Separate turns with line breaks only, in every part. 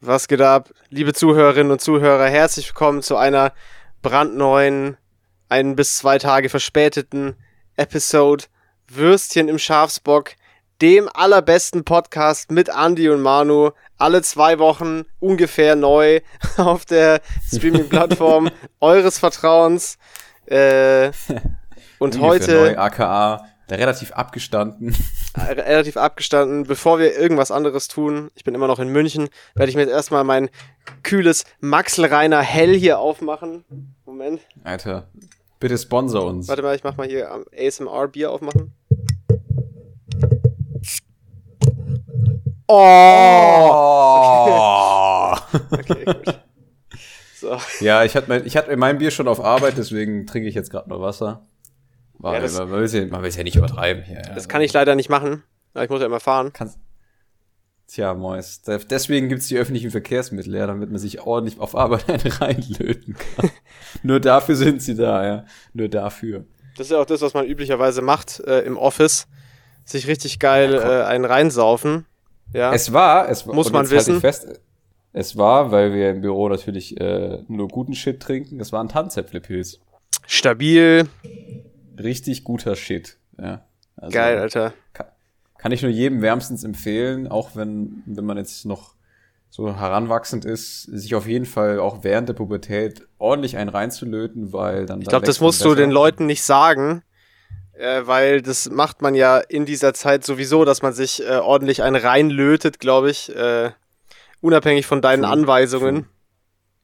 Was geht ab? Liebe Zuhörerinnen und Zuhörer, herzlich willkommen zu einer brandneuen, ein bis zwei Tage verspäteten Episode Würstchen im Schafsbock, dem allerbesten Podcast mit Andy und Manu. Alle zwei Wochen ungefähr neu auf der Streaming-Plattform eures Vertrauens. Äh, und
Ungefähr
heute
Neu, aka der relativ abgestanden.
relativ abgestanden. Bevor wir irgendwas anderes tun, ich bin immer noch in München, werde ich mir jetzt erstmal mein kühles Maxl-Reiner Hell hier aufmachen. Moment,
Alter, bitte sponsor uns.
warte mal, ich mach mal hier am ASMR Bier aufmachen. Oh!
Oh!
Okay, gut. So.
ja, ich hatte mein, ich hatte mein Bier schon auf Arbeit, deswegen trinke ich jetzt gerade nur Wasser. Weil
Ja, das-
man will es ja, man will's ja nicht übertreiben hier. Ja.
Das kann ich leider nicht machen. weil Ich muss ja immer fahren.
Kannst, tja, Mois. de- Deswegen gibt's die öffentlichen Verkehrsmittel, ja, damit man sich ordentlich auf Arbeit eine reinlöten kann. Nur dafür sind sie da, ja. Nur dafür.
Das ist ja auch das, was man üblicherweise macht äh, im Office. Sich richtig geil
Ja, komm.
äh, einen reinsaufen. Ja.
Es war, es war,
Muss
und
man
jetzt halte
wissen.
Ich fest, es war, weil wir im Büro natürlich äh, nur guten Shit trinken, es war ein Tanzäpfelpilz.
Stabil.
Richtig guter Shit. Ja. Also,
Geil, Alter.
Kann, kann ich nur jedem wärmstens empfehlen, auch wenn, wenn man jetzt noch so heranwachsend ist, sich auf jeden Fall auch während der Pubertät ordentlich einen reinzulöten, weil dann.
Ich glaube, das musst du den Leuten nicht sagen, äh, weil das macht man ja in dieser Zeit sowieso, dass man sich äh, ordentlich einen reinlötet, glaube ich. Äh, unabhängig von deinen
True,
Anweisungen.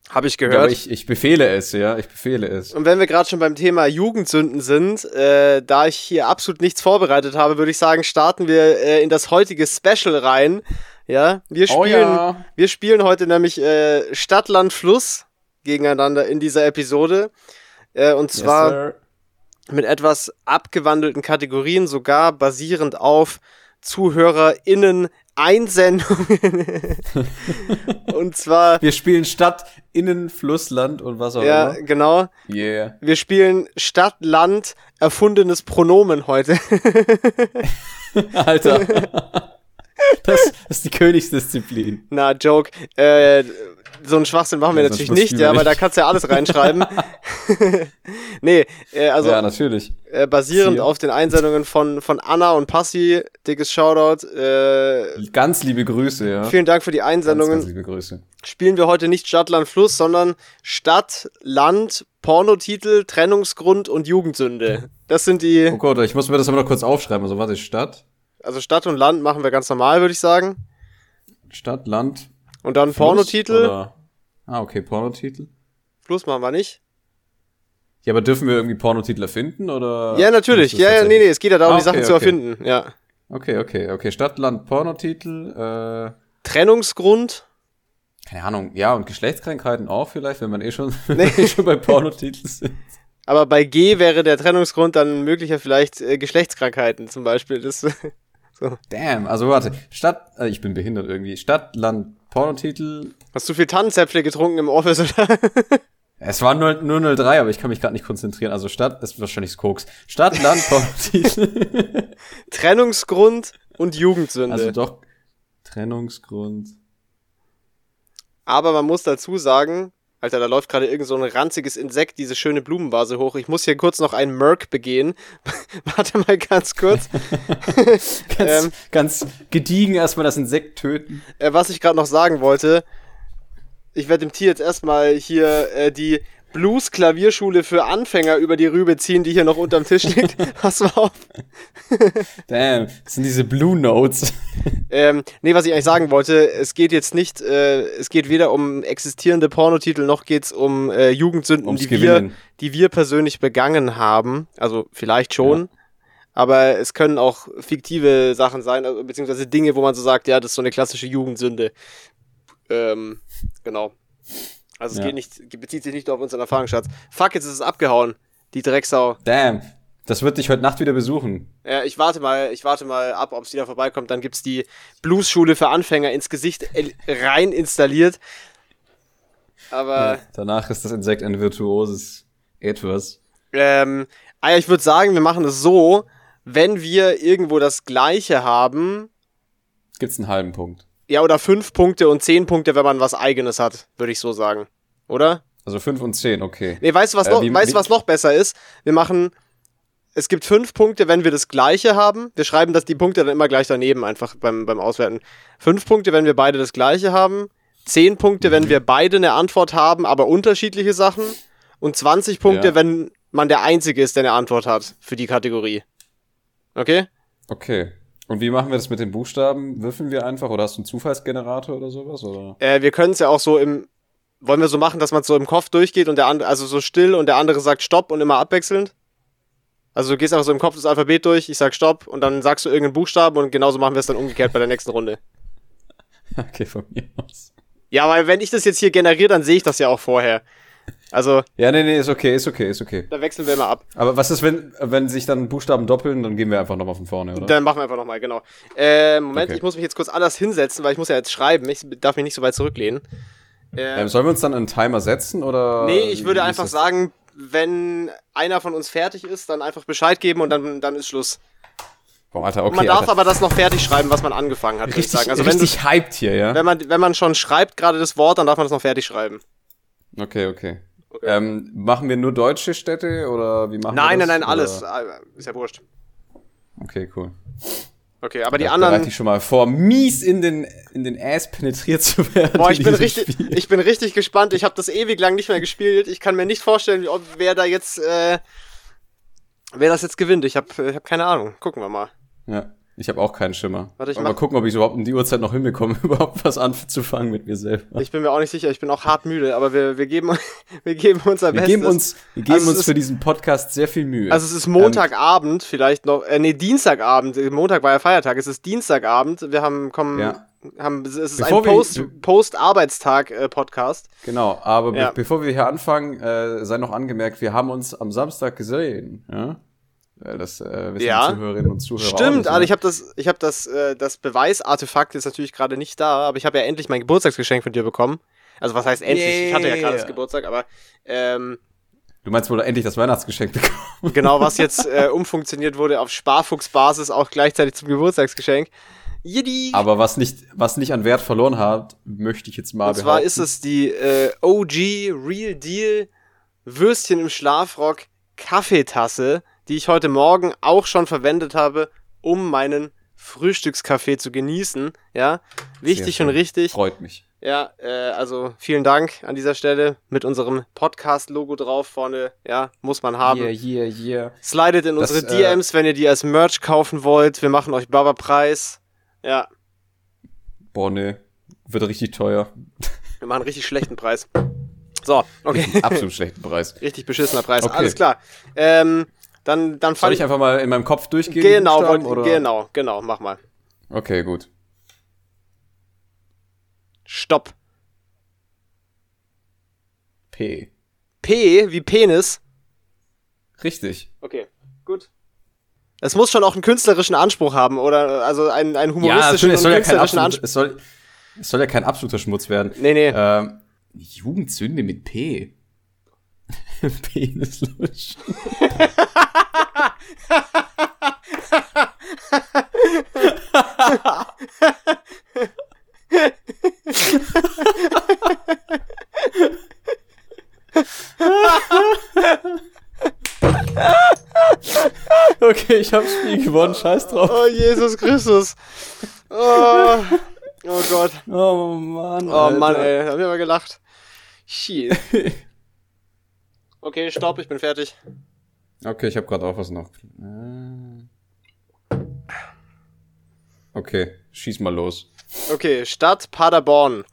Habe ich
Ja, aber
gehört.
ich, ich befehle es, ja, ich befehle es.
und wenn wir gerade schon beim Thema Jugendsünden sind, äh, da ich hier absolut nichts vorbereitet habe, würde ich sagen, starten wir äh, in das heutige Special rein. Ja, wir spielen,
Oh ja.
wir spielen heute nämlich äh, Stadt, Land, Fluss gegeneinander in dieser Episode. Äh, und
Yes,
zwar
sir.
mit etwas abgewandelten Kategorien, sogar basierend auf ZuhörerInnen Einsendungen. und zwar,
Wir spielen Stadt, Innen, Fluss, Land und was auch
ja,
immer.
genau.
Yeah.
Wir spielen Stadt, Land, erfundenes Pronomen heute.
Alter. Das ist die Königsdisziplin.
Na, Joke. Äh, so einen Schwachsinn machen wir
Ja, sonst
natürlich
wussten
nicht,
wir
ja, aber
nicht.
da kannst du ja alles reinschreiben. nee, äh, also
ja, natürlich.
äh, basierend
Ziel.
auf den Einsendungen von, von Anna und Passi, dickes Shoutout. Äh,
Ganz liebe Grüße, ja.
vielen Dank für die
ganz,
Einsendungen.
ganz liebe Grüße.
spielen wir heute nicht Stadt, Land, Fluss, sondern Stadt, Land, Pornotitel, Trennungsgrund und Jugendsünde. Das sind
Oh
die,
Gott, ich muss mir das aber noch kurz aufschreiben. Also, warte, Stadt,
also Stadt und Land machen wir ganz normal, würde ich sagen.
Stadt, Land,
Und dann
Fluss
Pornotitel,
Oder? Ah, okay, Pornotitel.
Fluss machen wir nicht.
Ja, aber dürfen wir irgendwie Pornotitel erfinden oder?
Ja, natürlich.
Ist das
Ja, ja, nee, nee,
tatsächlich-
es geht ja darum,
Ah,
die Sachen
okay,
zu
okay.
erfinden. Ja.
Okay, okay, okay. Stadt, Land, Pornotitel, äh,
Trennungsgrund,
keine Ahnung. Ja, und Geschlechtskrankheiten auch vielleicht, wenn man eh schon, wenn wir eh schon bei Pornotiteln sind.
aber bei G wäre der Trennungsgrund dann möglicher vielleicht äh, Geschlechtskrankheiten zum Beispiel. Das,
Damn, also warte. Stadt, äh, ich bin behindert irgendwie. Stadt, Land, Pornotitel.
hast du viel Tannenzäpfle getrunken im Office oder?
Es war nur, nur 03, aber ich kann mich gerade nicht konzentrieren. Also Stadt ist wahrscheinlich das Koks. Stadt, Land, Pornotitel.
Trennungsgrund und Jugendsünde.
also doch Trennungsgrund.
Aber man muss dazu sagen, Alter, da läuft gerade irgend so ein ranziges Insekt diese schöne Blumenvase hoch. Ich muss hier kurz noch einen Merk begehen. Warte mal ganz kurz.
Ganz,
Ähm.
ganz gediegen erstmal das Insekt töten.
äh, was ich gerade noch sagen wollte, ich werde dem Tier jetzt erstmal hier äh, die Blues-Klavierschule für Anfänger über die Rübe ziehen, die hier noch unterm Tisch liegt. Pass mal auf.
Damn, das sind diese Blue Notes.
Ähm, nee, was ich eigentlich sagen wollte, es geht jetzt nicht, äh, es geht weder um existierende Pornotitel, noch geht's um äh, Jugendsünden,
Ums
die wir,
Gewinnen.
die wir persönlich begangen haben. Also vielleicht schon. Aber es können auch fiktive Sachen sein, also, beziehungsweise Dinge, wo man so sagt, ja, das ist so eine klassische Jugendsünde. Ähm, genau. Also es
Ja.
geht nicht, bezieht sich nicht nur auf unseren Erfahrungsschatz. Fuck, jetzt ist es abgehauen. Die Drecksau.
Damn, das wird dich heute Nacht wieder besuchen.
Ja, ich warte mal, ich warte mal ab, ob es wieder vorbeikommt. Dann gibt's die Blues-Schule für Anfänger ins Gesicht el- rein installiert.
Äh.
Aber
Danach ist das Insekt ein virtuoses Etwas.
ähm, ah ja, ich würde sagen, wir machen es so, wenn wir irgendwo das Gleiche haben,
Gibt's einen halben Punkt.
ja, oder fünf Punkte und zehn Punkte, wenn man was Eigenes hat, würde ich so sagen. Oder?
Also 5 und 10, okay.
Nee, weißt du, was,
Äh,
noch,
wie-
weißt,
wie-
du, was noch besser ist? Wir machen, es gibt fünf Punkte, wenn wir das gleiche haben. Wir schreiben das, die Punkte dann immer gleich daneben, einfach beim, beim Auswerten. Fünf Punkte, wenn wir beide das gleiche haben. Zehn Punkte,
Mhm.
wenn wir beide eine Antwort haben, aber unterschiedliche Sachen. Und 20 Punkte,
Ja.
wenn man der Einzige ist, der eine Antwort hat für die Kategorie. Okay?
Okay. Und wie machen wir das mit den Buchstaben? Würfeln wir einfach oder hast du einen Zufallsgenerator oder sowas? Oder?
Äh, wir können es ja auch so im. Wollen wir so machen, dass man so im Kopf durchgeht und der andere, also so still und der andere sagt Stopp und immer abwechselnd? Also du gehst einfach so im Kopf das Alphabet durch, ich sag Stopp und dann sagst du irgendeinen Buchstaben und genauso machen wir es dann umgekehrt bei der nächsten Runde.
Okay, von mir aus.
Ja, weil wenn ich das jetzt hier generiere, dann sehe ich das ja auch vorher. Also,
Ja, nee, nee, ist okay, ist okay, ist okay.
da wechseln wir immer ab.
Aber was ist, wenn, wenn sich dann Buchstaben doppeln, dann gehen wir einfach nochmal von vorne, oder?
Dann machen wir einfach nochmal, genau. Äh, Moment,
Okay.
ich muss mich jetzt kurz anders hinsetzen, weil ich muss ja jetzt schreiben. Ich darf mich nicht so weit zurücklehnen.
ähm, sollen wir uns dann einen Timer setzen oder?
Nee, ich würde
Ähm, wie ist
einfach
das?
sagen, wenn einer von uns fertig ist, dann einfach Bescheid geben und dann, dann ist Schluss.
Boah, Alter, okay.
man darf
Alter.
aber das noch fertig schreiben, was man angefangen hat, würde ich
richtig,
sagen. Also wenn,
richtig hyped hier, ja?
das- wenn, man, wenn man schon schreibt gerade das Wort, dann darf man das noch fertig schreiben.
Okay, okay. Ähm, machen wir nur deutsche Städte oder wie machen
Nein,
wir das?
nein, nein, alles.
Oder?
Also Ah, Ist ja wurscht.
Okay, cool.
Okay, aber die
Ja, Bereite
anderen.
ich schon mal vor, mies in den, in den Ass penetriert zu werden.
Boah,
in
ich bin,
diesem
richtig,
Spiel.
ich bin richtig gespannt. Ich habe das ewig lang nicht mehr gespielt. Ich kann mir nicht vorstellen, ob wer da jetzt. Äh, wer das jetzt gewinnt. Ich habe ich hab keine Ahnung. Gucken wir mal.
Ja, ich habe auch keinen Schimmer.
Warte, ich
Aber
mach-
gucken, ob ich überhaupt um die Uhrzeit noch hinbekomme, überhaupt was anzufangen mit mir selber.
Ich bin mir auch nicht sicher. Ich bin auch hart müde, aber wir, wir, geben, wir geben unser
Wir
Bestes.
geben uns, wir geben
Also es
uns
ist-
für diesen Podcast sehr viel Mühe.
Also es ist Montagabend vielleicht noch, äh, nee, Dienstagabend, Montag war ja Feiertag, es ist Dienstagabend, wir haben, kommen,
Ja.
haben, es ist
Bevor
ein
wir-
Post- äh, Post-Arbeitstag-Podcast.
Genau, aber be-
Ja.
bevor wir hier anfangen, äh, sei noch angemerkt, wir haben uns am Samstag gesehen. Ja? Äh, Das äh, wissen
Ja.
die Zuhörerinnen und Zuhörer. auch
Stimmt,
nicht,
also
ne?
ich habe das, ich habe das, äh, das Beweisartefakt ist natürlich gerade nicht da, aber ich habe ja endlich mein Geburtstagsgeschenk von dir bekommen. Also was heißt endlich? Ich hatte ja gerade das
Yeah.
Geburtstag, aber ähm,
Du meinst wohl endlich das Weihnachtsgeschenk bekommen?
genau, was jetzt äh, umfunktioniert wurde auf Sparfuchsbasis auch gleichzeitig zum Geburtstagsgeschenk. Yippie!
Aber was nicht, was nicht an Wert verloren hat, möchte ich jetzt mal
Und zwar
behaupten.
ist es die äh, OG Real Deal Würstchen im Schlafrock Kaffeetasse, die ich heute Morgen auch schon verwendet habe, um meinen Frühstückskaffee zu genießen. Ja, wichtig
Sehr
und
schön.
richtig.
Freut mich.
Ja, äh, also vielen Dank an dieser Stelle mit unserem Podcast-Logo drauf vorne. Ja, muss man haben.
Yeah, yeah, yeah.
Slidet in
Das,
unsere
äh,
DMs, wenn ihr die als Merch kaufen wollt. Wir machen euch Baba Preis. Ja,
Boah, nee. Wird richtig teuer.
wir machen richtig schlechten Preis. So, okay.
Absolut schlechten Preis.
Richtig beschissener Preis.
Okay.
Alles klar. Ähm, dann, dann
Soll
fand
ich einfach mal in meinem Kopf durchgehen? die
Genau,
Buchstaben,
wollt,
oder?
genau, genau, mach mal.
Okay, gut.
Stopp.
P.
P wie Penis.
Richtig.
Okay, gut. Es muss schon auch einen künstlerischen Anspruch haben, oder? Also einen, einen
Ja,
humoristischen
natürlich, es
und
soll ja, kein
künstlerischen
absolut,
Anspruch.
es, soll, es soll ja kein absoluter Schmutz werden.
Nee, nee.
Ähm, Jugendsünde mit P. Penislutsch. okay, ich hab's Spiel gewonnen, scheiß drauf.
Oh, Jesus Christus. Oh, oh Gott.
Oh Mann.
Oh Mann, ey. Da haben wir mal gelacht. Shit. Okay, stopp, ich bin fertig.
Okay, ich habe gerade auch was noch. Äh. Okay, schieß mal los.
Okay, Stadt Paderborn.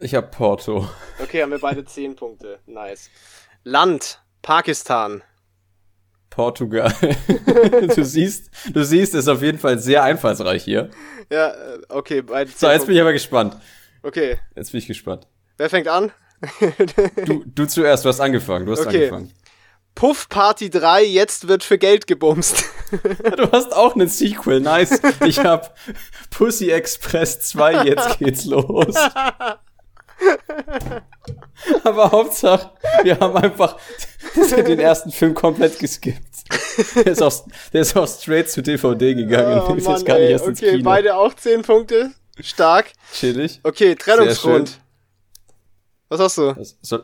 Ich habe Porto.
Okay, haben wir beide 10 Punkte. Nice. Land Pakistan.
Portugal. du siehst, du siehst, ist auf jeden Fall sehr einfallsreich hier.
Ja, äh, okay, beide 10
So, jetzt
Punkte.
bin ich aber gespannt.
Okay,
Jetzt bin ich gespannt.
wer fängt an?
Du, du zuerst, du hast angefangen, du hast
Okay.
angefangen.
Puff Party 3, jetzt wird für Geld gebumst.
Du hast auch einen Sequel, nice. Ich habe Pussy Express 2, jetzt geht's los. Aber Hauptsache, wir haben einfach den ersten Film komplett geskippt. Der ist auch, der ist auch straight zu DVD gegangen.
Oh
ist
Mann,
jetzt gar nicht
ey.
erst ins
okay,
Kino.
beide auch 10 Punkte. Stark.
Chillig.
Okay, Trennungsgrund. Was hast du?
Das, so,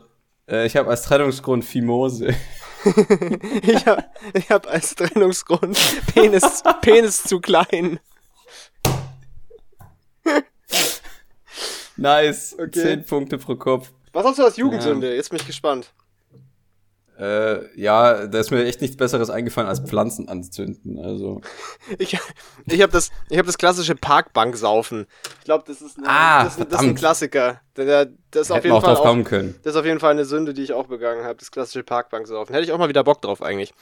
äh, ich habe als Trennungsgrund Fimose.
Ich hab, ich hab als Trennungsgrund Penis, Penis zu klein.
Nice.
Okay.
Zehn Punkte pro Kopf.
Was hast du als Jugendsünde? Jetzt bin ich gespannt.
Äh, ja, da ist mir echt nichts Besseres eingefallen als Pflanzen anzünden. Also.
Ich, ich habe das, ich hab das klassische Parkbanksaufen. Ich glaube, das, ist ein-
Ah,
das, ist- das ist ein
verdammt.
Klassiker. Der- der- Das ist, auf
Hätten
jeden
auch
Fall
drauf
auch,
kommen können.
das ist auf jeden Fall eine Sünde, die ich auch begangen habe. Das klassische Parkbanksaufen. Hätte ich auch mal wieder Bock drauf eigentlich.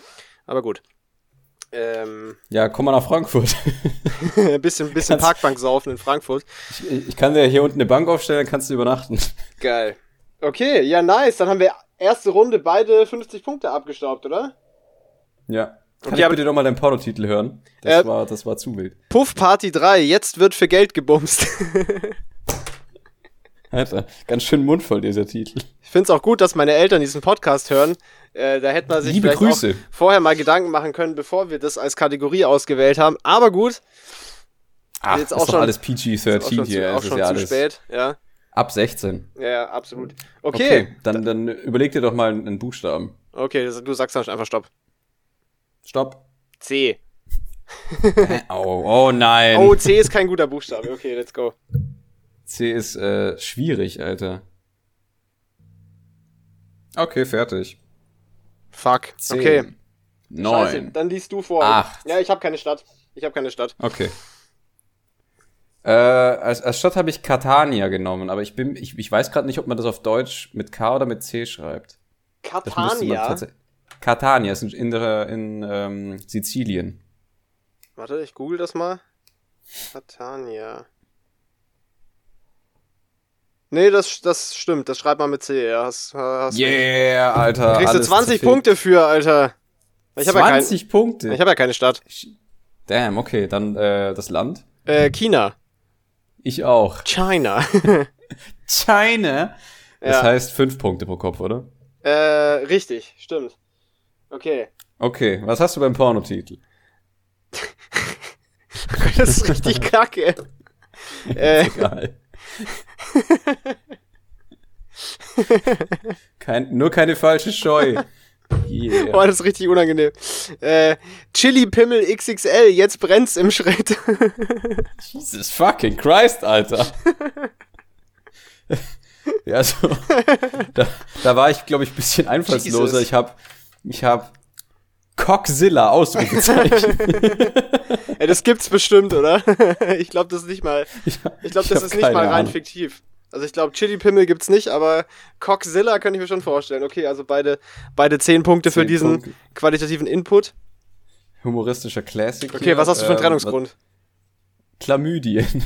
Aber gut. Ähm,
Ja, komm mal nach Frankfurt.
ein bisschen, bisschen
Kannst-
Parkbanksaufen in Frankfurt.
Ich, ich kann dir hier unten eine Bank aufstellen, dann kannst du übernachten.
Geil. Okay, ja, nice. Dann haben wir erste Runde beide 50 Punkte abgestaubt, oder?
Ja. Kann
Okay,
ich
aber-
bitte nochmal deinen Pornotitel hören? Das,
Äh,
war, das war zu wild.
Puff Party 3, jetzt wird für Geld gebumst.
Alter, ganz schön mundvoll dieser Titel.
Ich find's auch gut, dass meine Eltern diesen Podcast hören. Äh, da hätte man sich
Liebe
vielleicht
Grüße.
auch vorher mal Gedanken machen können, bevor wir das als Kategorie ausgewählt haben. Aber gut,
Ach,
Jetzt
jetzt
auch
auch ist
schon-
doch alles
auch schon,
PG-13
zu,
hier.
auch
es
schon
ist ja
zu
alles
spät. Ja,
Ab 16.
ja, ja absolut. Okay,
dann, dann überleg dir doch mal einen, einen Buchstaben.
okay, das- du sagst dann einfach Stopp.
Stopp.
C.
Oh, oh nein.
Oh, C ist kein guter Buchstabe. Okay, let's go.
C ist äh, schwierig, Alter. Okay, fertig.
Fuck.
Zehn,
Okay. Scheiße,
Neun.
dann liest du vor.
Acht.
Ja, ich habe keine Stadt. Ich habe keine Stadt.
Okay. Äh, als, als Stadt habe ich Catania genommen, aber ich bin, ich, ich weiß gerade nicht, ob man das auf Deutsch mit K oder mit C schreibt. Das müsste man
Catania.
tatsächlich. Catania ist in, in, der- in ähm, Sizilien.
Warte, ich google das mal. Catania. Nee, das, das stimmt. Das schreibt man mit C. Ja, hast, hast recht.
Yeah, Alter.
Kriegst du
alles
20
zu viel.
Punkte für, Alter. Ich habe ja, kein,
20 Punkte.
ich hab ja keine Stadt.
Damn, okay, dann äh, das Land.
Äh, China.
Ich auch.
China.
China. Das
Ja.
heißt 5 Punkte pro Kopf, oder?
äh, richtig, stimmt. Okay.
Okay, was hast du beim Pornotitel?
Das ist richtig kacke. Äh,
Egal. Kein, nur keine falsche Scheu. Yeah.
boah, das ist richtig unangenehm. Äh, Chili Pimmel XXL, jetzt brennt's im Schritt.
Jesus fucking Christ, Alter. ja, so. Da, da war ich, glaube ich, ein bisschen einfallsloser.
Jesus.
Ich habe ich hab Cockzilla Ausrufezeichen.
Ey, das gibt's bestimmt, oder? Ich glaube, das ist nicht mal. Ich glaube, das
hab
ist nicht
keine
mal rein
Ahnung.
fiktiv. Also ich glaube, Chili Pimmel gibt's nicht, aber Coxzilla könnte ich mir schon vorstellen. Okay, also beide, beide zehn Punkte für
Zehn
diesen
Punkte.
qualitativen Input.
Humoristischer Classic.
Okay,
hier.
was hast du für einen
Ähm,
Trennungsgrund?
was- Chlamydien.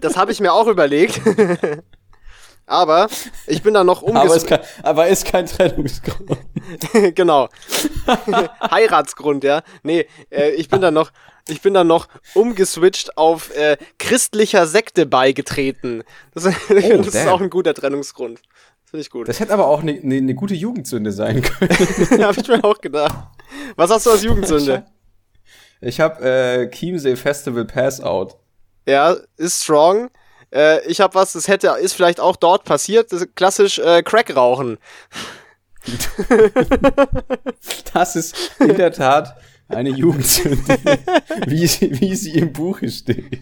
Das habe ich mir auch überlegt. aber ich bin da noch
Aber ist,
umgezogen.
kein, aber ist kein Trennungsgrund.
genau. Heiratsgrund, ja. Nee, äh, ich bin da noch. Ich bin dann noch umgeswitcht auf äh, christlicher Sekte beigetreten. Das, das ist
Oh, damn.
auch ein guter Trennungsgrund. Das Finde ich gut.
Das hätte aber auch eine ne, ne gute Jugendsünde sein können.
Habe ich mir auch gedacht. Was hast du als Jugendsünde?
Ich habe äh, Chiemsee Festival Passout.
ja, ist strong. Äh, ich habe was, das hätte, ist vielleicht auch dort passiert. Das ist klassisch äh, Crack rauchen.
Das ist in der Tat eine Jugendsünde, wie sie, wie sie im Buche steht.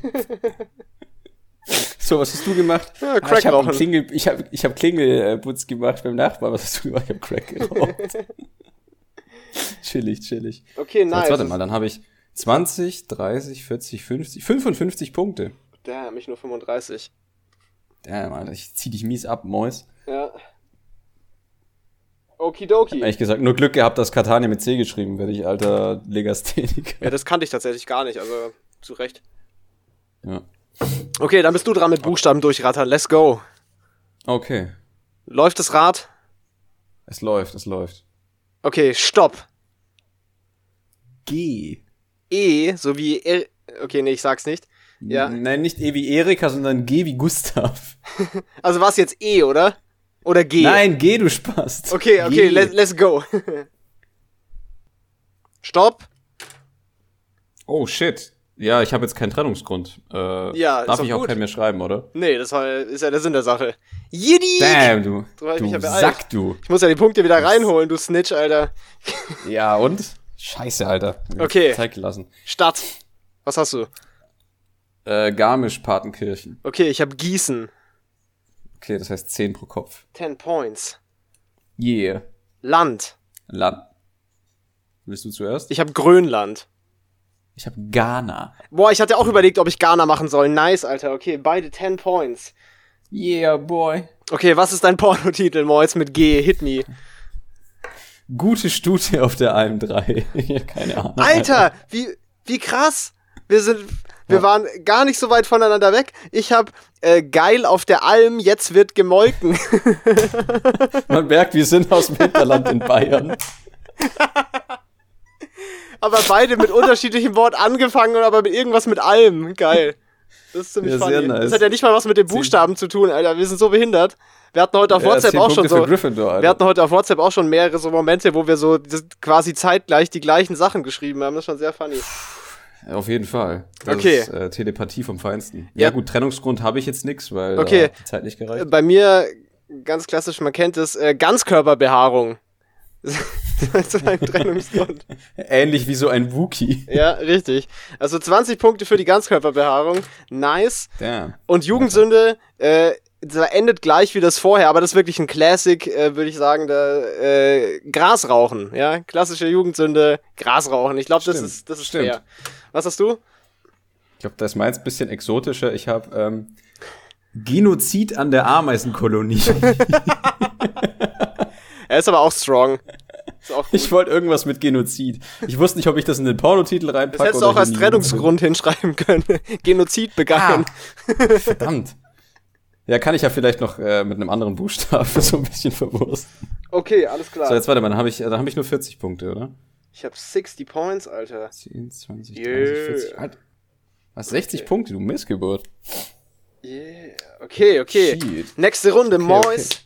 So, was hast du gemacht?
Ja, Crack
Ah, ich habe
rauchen.
Klingel, ich hab, ich hab Klingelputz gemacht beim Nachbarn. Was hast du gemacht? Ich habe Crack geraucht. chillig, chillig.
Okay,
So,
nice.
jetzt warte mal, dann habe ich 20, 30, 40, 50, 55 Punkte.
Der hat mich nur 35.
Damn, Alter, ich zieh dich mies ab, Mois.
Ja. Okidoki.
Ehrlich gesagt, nur Glück gehabt, dass Catania mit C geschrieben wird, ich alter Legastheniker.
Ja, das kannte ich tatsächlich gar nicht, also zu Recht.
Ja.
Okay, dann bist du dran mit Buchstaben durchrattern. Let's go.
Okay,
Läuft das Rad?
es läuft, es läuft.
Okay, stopp.
G.
E, so wie R. Okay, nee, ich sag's nicht. Ja.
Nein, nicht E wie Erika, sondern G wie Gustav.
Also war's jetzt E, oder? Oder G?
Nein, G, du Spast.
Okay, okay,
G.
let, let's go. Stopp.
Oh, shit. Ja, ich habe jetzt keinen Trennungsgrund. Äh,
Ja, ist
darf
doch
ich auch
gut.
keinen mehr schreiben, oder?
Nee, das war, ist ja der Sinn der Sache. Jidi!
Damn, du,
So hab ich mich ja
du
beeilt.
Sack, du.
Ich muss ja die Punkte wieder reinholen, du Snitch, Alter.
Ja, und? Scheiße, Alter.
Okay.
Zeit gelassen.
Stadt. Was hast du?
Äh, Garmisch-Partenkirchen.
Okay, ich habe Gießen.
Okay, das heißt 10 pro Kopf.
10 Points.
Yeah.
Land.
Land. Willst du zuerst?
Ich habe Grönland.
Ich habe Ghana.
Boah, ich hatte auch überlegt, ob ich Ghana machen soll. Nice, Alter. Okay, beide 10 Points.
Yeah, boy.
Okay, was ist dein Pornotitel, Moritz, mit G? Hit me.
Gute Stute auf der AM3. Ja, Keine Ahnung.
Alter, wie, wie krass. Wir sind, wir waren gar nicht so weit voneinander weg. Ich habe äh, geil auf der Alm, jetzt wird gemolken.
Man merkt, wir sind aus dem Hinterland in Bayern.
aber beide mit unterschiedlichem Wort angefangen und aber mit irgendwas mit Alm. Geil. Das ist ziemlich
Ja,
funny.
sehr nice.
Das hat ja nicht mal was mit den Buchstaben zu tun, Alter. Wir sind so behindert. Wir hatten heute auf WhatsApp
Äh, zehn
auch schon
Punkte
so.
Für Gryffindor, Alter.
Wir hatten heute auf WhatsApp auch schon mehrere so Momente, wo wir so das- quasi zeitgleich die gleichen Sachen geschrieben haben. Das ist schon sehr funny.
Auf jeden Fall. Das
Okay.
Ist, äh, Telepathie vom Feinsten.
Ja.
Ja, gut, Trennungsgrund habe ich jetzt nix, weil
Okay.
äh, hat die Zeit nicht
Äh,
gereicht.
Bei mir, ganz klassisch, man kennt es, äh, Ganzkörperbehaarung. Zu einem Trennungsgrund.
Ähnlich wie so ein Wookie.
Ja, richtig. Also 20 Punkte für die Ganzkörperbehaarung. Nice.
Damn.
Und Jugendsünde, äh, da endet gleich wie das vorher, aber das ist wirklich ein Classic, äh, würde ich sagen, da, äh, Grasrauchen, ja, klassische Jugendsünde, Grasrauchen. Ich glaube, das
Stimmt,
ist, das ist
stimmt.
fair. Was hast du?
Ich glaube, das ist meins ein bisschen exotischer. Ich habe ähm, Genozid an der Ameisenkolonie.
Er ist aber auch strong. Ist auch gut.
ich wollte irgendwas mit Genozid. Ich wusste nicht, ob ich das in den Pornotitel reinpacke
Das hättest du
oder
auch als
in die
Trennungsgrund hinschreiben können. Genozid begangen.
Ah. Jugend- Verdammt. Ja, kann ich ja vielleicht noch äh, mit einem anderen Buchstaben so ein bisschen verwursten.
Okay, alles klar.
So, jetzt warte mal, dann habe ich, dann hab ich nur 40 Punkte, oder?
ich habe 60 Points, Alter.
10, 20, 30,
Yeah.
40. Halt. Was, 60 Punkte, du Missgeburt.
Yeah. Okay, okay.
Shit.
Nächste Runde,
Okay,
Mois.
okay.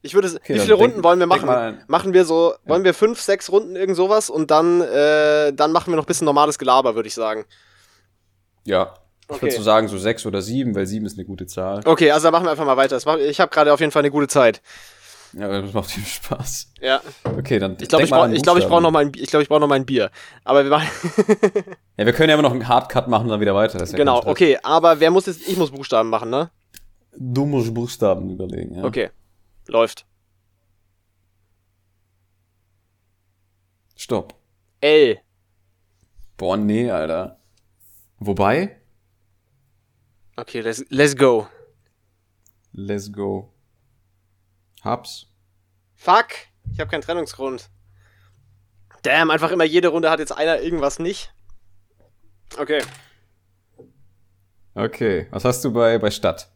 Ich würde, wie
dann
viele
denk-
Runden wollen wir
denk mal
machen?
an-
Machen wir so, wollen wir fünf, sechs Runden, irgend sowas und dann, äh, dann machen wir noch ein bisschen normales Gelaber, würde ich sagen.
Ja. Ich
Okay.
würde so sagen, so 6 oder 7, weil 7 ist eine gute Zahl.
Okay, also dann machen wir einfach mal weiter. Das macht- Ich habe gerade auf jeden Fall eine gute Zeit.
Ja, aber das macht viel Spaß.
Ja.
Okay, dann.
Ich glaube,
denk
ich
mal
brauche
an
ich glaub, ich brauch
Buchstaben.
noch mal ein, Bi- ich glaube, ich brauche noch mal ein Bier. Aber wir machen
Ja, wir können ja immer noch einen Hardcut machen und dann wieder weiter. Das ist ja
genau,
kein Stress.
okay, aber wer muss jetzt ich muss Buchstaben machen, ne?
Du musst Buchstaben überlegen, ja.
Okay. Läuft.
Stopp.
L.
Boah, nee, Alter. Wobei,
Okay, let's, let's go.
let's go. Hab's.
Fuck, ich habe keinen Trennungsgrund. Damn, einfach immer jede Runde hat jetzt einer irgendwas nicht. Okay.
Okay, was hast du bei, bei Stadt?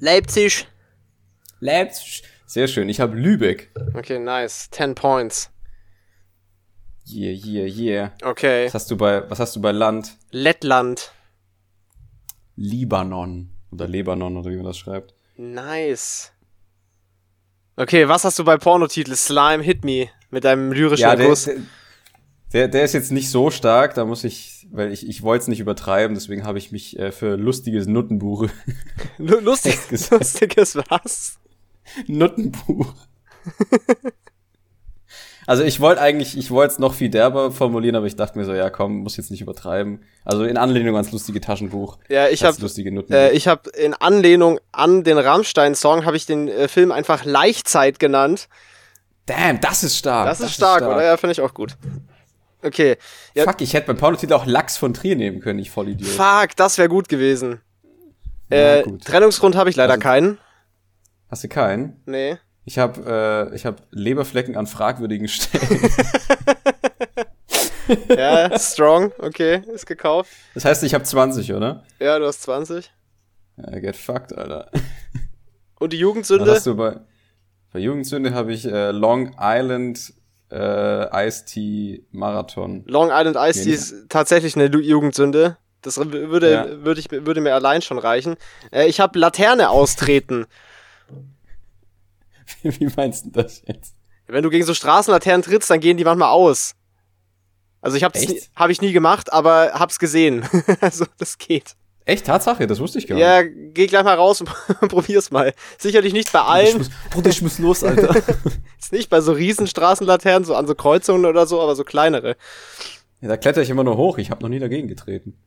Leipzig.
Leipzig. Sehr schön, ich habe Lübeck.
Okay, nice. 10 Points.
Yeah, yeah, yeah.
Okay.
Was hast du bei, was hast du bei Land?
Lettland.
Libanon. Oder Lebanon, oder wie man das schreibt.
Nice. Okay, was hast du bei Pornotitel? Slime Hit Me mit deinem lyrischen
Ja, der,
Guss.
der, der, der ist jetzt nicht so stark, da muss ich, weil ich, ich wollte es nicht übertreiben, deswegen habe ich mich äh, für lustiges Nuttenbuch.
Lu- Lustig, lustiges was?
Nuttenbuch. Also ich wollte eigentlich, ich wollte es noch viel derber formulieren, aber ich dachte mir so, ja komm, muss jetzt nicht übertreiben. Also in Anlehnung ans lustige Taschenbuch.
Ja, ich
ans
hab-
lustige Nuttenbuch.
Äh, ich habe in Anlehnung an den Rammstein-Song habe ich den äh, Film einfach Leichtzeit genannt.
Damn, das ist stark.
Ah, Das, ist stark, oder? Ja, finde ich auch gut. Okay. Ja,
Fuck, ich hätte beim Pornotitel auch Lachs von Trier nehmen können, ich Vollidiot.
Fuck, das wäre gut gewesen.
Ja,
äh,
gut.
Trennungsgrund habe ich leider
Also-
keinen.
Hast du keinen?
Nee.
Ich habe äh, ich habe Leberflecken an fragwürdigen Stellen.
Ja, strong, okay, ist gekauft.
Das heißt, ich habe 20, oder?
Ja, du hast 20.
Ja, get fucked, Alter.
Und die
Was
Jugendsünde?
hast du bei, bei Jugendsünde habe ich äh, Long Island äh, Iced Tea Marathon.
Long Island Ice, die
Nee,
ist tatsächlich eine Lu- Jugendsünde. Das w- würde,
Ja.
würde, ich, würde mir allein schon reichen. Äh, ich habe Laterne austreten.
Wie meinst du das jetzt?
Wenn du gegen so Straßenlaternen trittst, dann gehen die manchmal aus. Also ich hab's nie, hab ich nie gemacht, aber hab's gesehen. also das geht.
Echt, Tatsache, das wusste ich gar
Ja, geh gleich mal raus und probier's mal. Sicherlich nicht bei allen.
Ich muss, Bruder, ich muss los, Alter.
Ist nicht bei so riesen Straßenlaternen, so an so Kreuzungen oder so, aber so kleinere.
Ja, da kletter ich immer nur hoch. Ich habe noch nie dagegen getreten.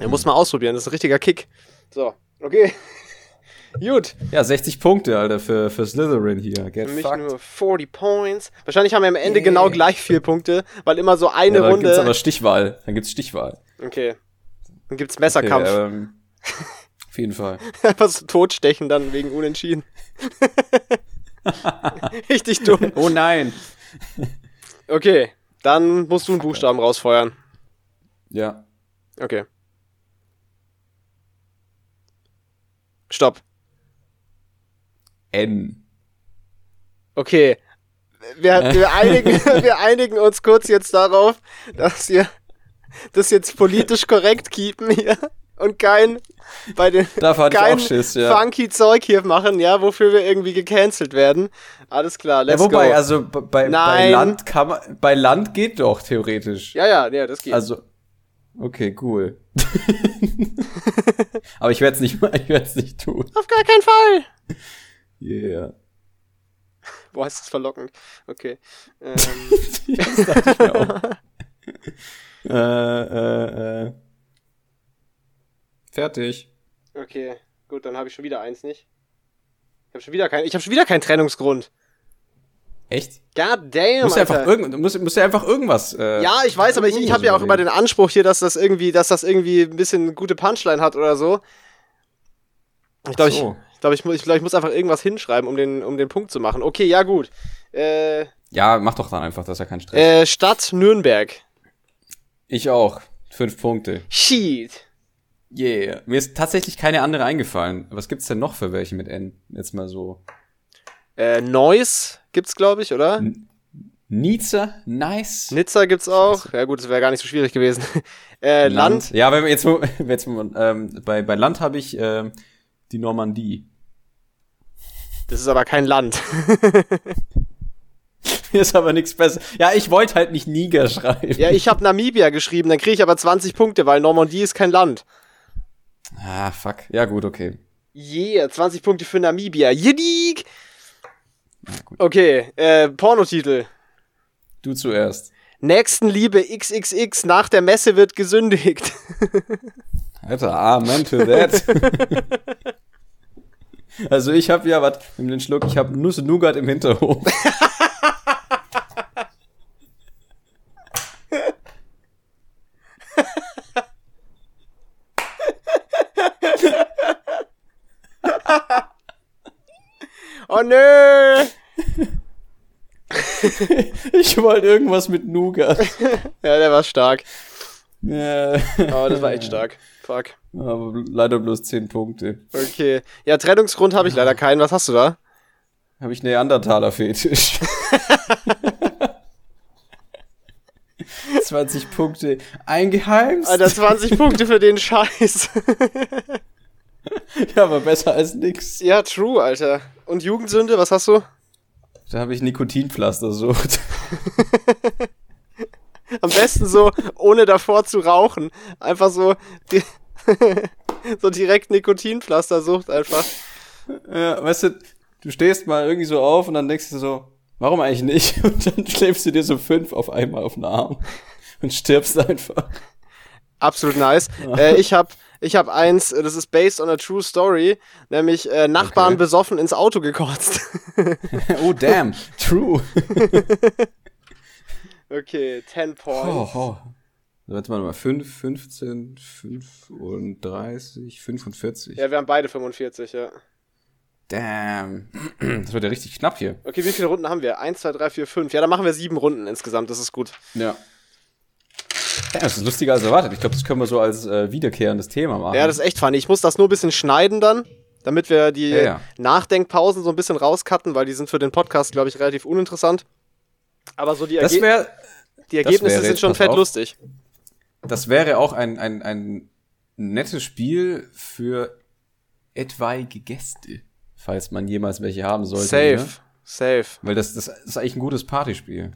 Ja, muss mal ausprobieren. Das ist ein richtiger Kick. So, okay. Gut.
Ja, 60 Punkte, Alter, für, für Slytherin hier.
Get Für mich fucked. nur 40 Points. Wahrscheinlich haben wir am Ende yeah. genau gleich viel Punkte, weil immer so eine ja,
dann
Runde.
Gibt's aber Stichwahl. Dann gibt's Stichwahl.
Okay. Dann gibt's Messerkampf. Okay, ähm,
auf jeden Fall.
Was so totstechen dann wegen Unentschieden. Richtig dumm.
Oh nein.
Okay, dann musst du einen Buchstaben rausfeuern.
Ja.
Okay. Stopp.
N.
Okay. Wir,
Äh.
wir, einigen, wir einigen uns kurz jetzt darauf, dass wir das jetzt politisch korrekt keepen hier und kein bei den
da
kein
Schiss, ja.
funky Zeug hier machen, ja, wofür wir irgendwie gecancelt werden. Alles klar, let's
ja, wobei,
go.
also bei, bei Land kann man, bei Land geht doch theoretisch.
Ja, ja, ja, das geht.
Also okay, cool. Aber ich werde es nicht, ich werde es nicht tun.
Auf gar keinen Fall.
Yeah.
Boah, ist das verlockend. Okay. Ähm.
das dachte ich mir auch. äh, äh, äh. Fertig.
Okay, gut, dann habe ich schon wieder eins nicht. Ich habe schon wieder kein, ich habe schon wieder keinen Trennungsgrund.
Echt?
God damn,
musst Alter. Einfach irgend, musst, musst du einfach irgendwas.
Äh, ja, ich weiß, aber ich, ich habe ja auch immer den Anspruch hier, dass das irgendwie, dass das irgendwie ein bisschen gute Punchline hat oder so. Ich glaube, so. ich, glaube, ich, muss, ich, glaub, ich muss einfach irgendwas hinschreiben, um den, um den Punkt zu machen. Okay, ja, gut. Äh,
ja, mach doch dann einfach, dass er ja kein Stress.
Äh, Stadt Nürnberg.
Ich auch. Fünf Punkte.
Shit.
Yeah. Mir ist tatsächlich keine andere eingefallen. Was gibt's denn noch für welche mit N? Jetzt mal so.
Äh, Neuss gibt's, glaube ich, oder? N
Nizza, nice.
Nizza gibt's auch. Ja gut, das wäre gar nicht so schwierig gewesen. äh, Land. Land.
Ja, wenn wir jetzt, jetzt ähm, bei, bei Land habe ich ähm, die Normandie.
Das ist aber kein Land.
ist aber nichts besser. Ja, ich wollte halt nicht Niger schreiben.
Ja, ich habe Namibia geschrieben, dann kriege ich aber 20 Punkte, weil Normandie ist kein Land.
Ah, fuck. Ja, gut, okay.
Yeah, 20 Punkte für Namibia. Jedik! Okay, äh, Pornotitel.
Du zuerst.
Nächstenliebe XXX, nach der Messe wird gesündigt.
Alter, Amen to that. also ich habe ja, was, nimm den Schluck, ich habe Nuss Nougat im Hinterhof.
Oh nö!
ich wollte irgendwas mit Nougat.
ja, der war stark.
Ja.
Aber das war echt stark. Fuck.
Aber leider bloß 10 Punkte.
Okay. Ja, Trennungsgrund habe ich leider keinen. Was hast du da?
Habe ich Neandertaler-Fetisch. 20 Punkte. Ein Geheimnis.
Alter, 20 Punkte für den Scheiß.
ja, aber besser als nix.
Ja, true, Alter. Und Jugendsünde, was hast du?
Da habe ich Nikotinpflastersucht.
Am besten so, ohne davor zu rauchen. Einfach so, di so direkt Nikotinpflastersucht einfach.
Ja, weißt du, du stehst mal irgendwie so auf und dann denkst du so, warum eigentlich nicht? Und dann schläfst du dir so fünf auf einmal auf den Arm und stirbst einfach.
Absolut nice. Ja. Äh, ich habe ich habe eins, äh, das ist based on a true story, nämlich äh, Nachbarn okay. besoffen ins Auto gekotzt.
oh damn, true.
okay, 10 points. Oh, oh.
Warte mal, 5, 15, 35, 45.
Ja, wir haben beide 45, ja.
Damn. Das wird ja richtig knapp hier.
Okay, wie viele Runden haben wir? 1, 2, 3, 4, 5. Ja, dann machen wir sieben Runden insgesamt, das ist gut.
Ja. Ja, das ist lustiger als erwartet. Ich glaube, das können wir so als äh, wiederkehrendes Thema machen.
Ja, das ist echt funny. Ich muss das nur ein bisschen schneiden dann, damit wir die ja, ja. Nachdenkpausen so ein bisschen rauscutten, weil die sind für den Podcast, glaube ich, relativ uninteressant. Aber so die,
Erge wär,
die Ergebnisse sind schon fett auf. lustig.
Das wäre auch ein, ein, ein nettes Spiel für etwaige Gäste, falls man jemals welche haben sollte.
Safe, ne? safe.
Weil das, das ist eigentlich ein gutes Partyspiel.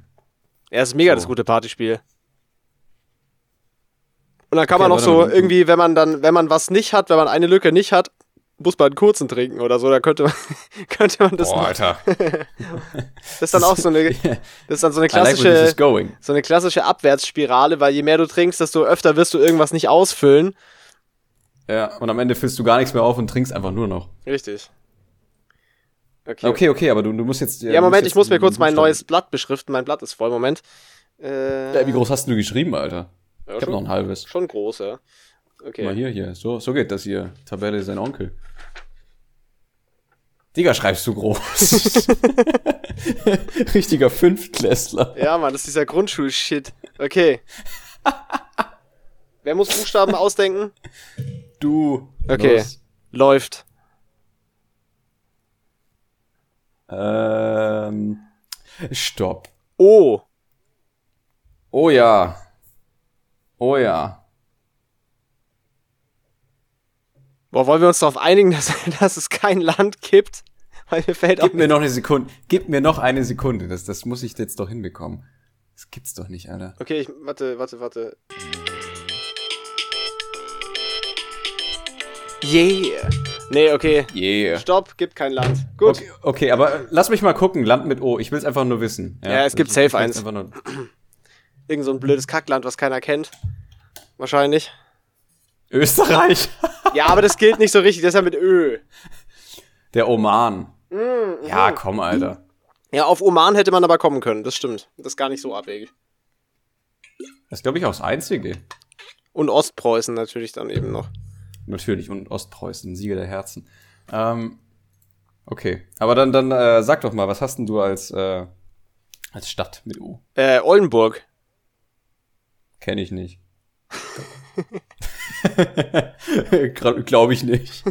Ja, ist mega so. das gute Partyspiel. Und dann kann man noch so irgendwie, wenn man dann, wenn man was nicht hat, wenn man eine Lücke nicht hat, muss man einen kurzen trinken oder so, da könnte man, könnte man das.
Boah, Alter.
das ist dann auch so eine, das ist dann so eine klassische, like so eine klassische Abwärtsspirale, weil je mehr du trinkst, desto öfter wirst du irgendwas nicht ausfüllen.
Ja, und am Ende füllst du gar nichts mehr auf und trinkst einfach nur noch.
Richtig.
Okay, okay, okay aber du, du musst jetzt.
Ja, Moment, ich muss mir kurz mein neues Blatt beschriften. Mein Blatt ist voll, Moment.
Äh, ja, wie groß hast du geschrieben, Alter? Ja, ich habe noch ein halbes.
Schon groß, ja.
Okay. Mal hier, hier. So, so geht das hier. Tabelle sein Onkel. Digga, schreibst du groß. Richtiger Fünftklässler.
Ja, Mann, das ist dieser Grundschulshit. Okay. Wer muss Buchstaben ausdenken?
Du.
Okay. Los. Läuft.
Ähm. Stopp.
Oh.
Oh ja. Oh ja.
Boah, wollen wir uns darauf einigen, dass, dass es kein Land gibt?
Weil mir fällt Gib mir noch eine Sekunde. Gib mir noch eine Sekunde. Das, das muss ich jetzt doch hinbekommen. Das gibt's doch nicht, Alter.
Okay, ich, warte, warte, warte. Yeah. Nee, okay.
Yeah.
Stopp, gibt kein Land. Gut.
Okay, okay, aber lass mich mal gucken. Land mit O. Ich will's einfach nur wissen.
Ja, ja es gibt ich, safe eins. Nur... Irgend so ein blödes Kackland, was keiner kennt. Wahrscheinlich.
Österreich.
ja, aber das gilt nicht so richtig, das ist ja mit Ö.
Der Oman. Mm, mm. ja, komm, Alter.
Ja, auf Oman hätte man aber kommen können, das stimmt. Das ist gar nicht so abwegig.
Das ist, glaube ich, auch das Einzige.
Und Ostpreußen natürlich dann eben noch.
Natürlich, und Ostpreußen, Sieger der Herzen. Ähm, okay, aber dann, dann äh, sag doch mal, was hast denn du als, äh, als Stadt mit O?
Äh, Oldenburg.
Kenne ich nicht. Glaube ich nicht.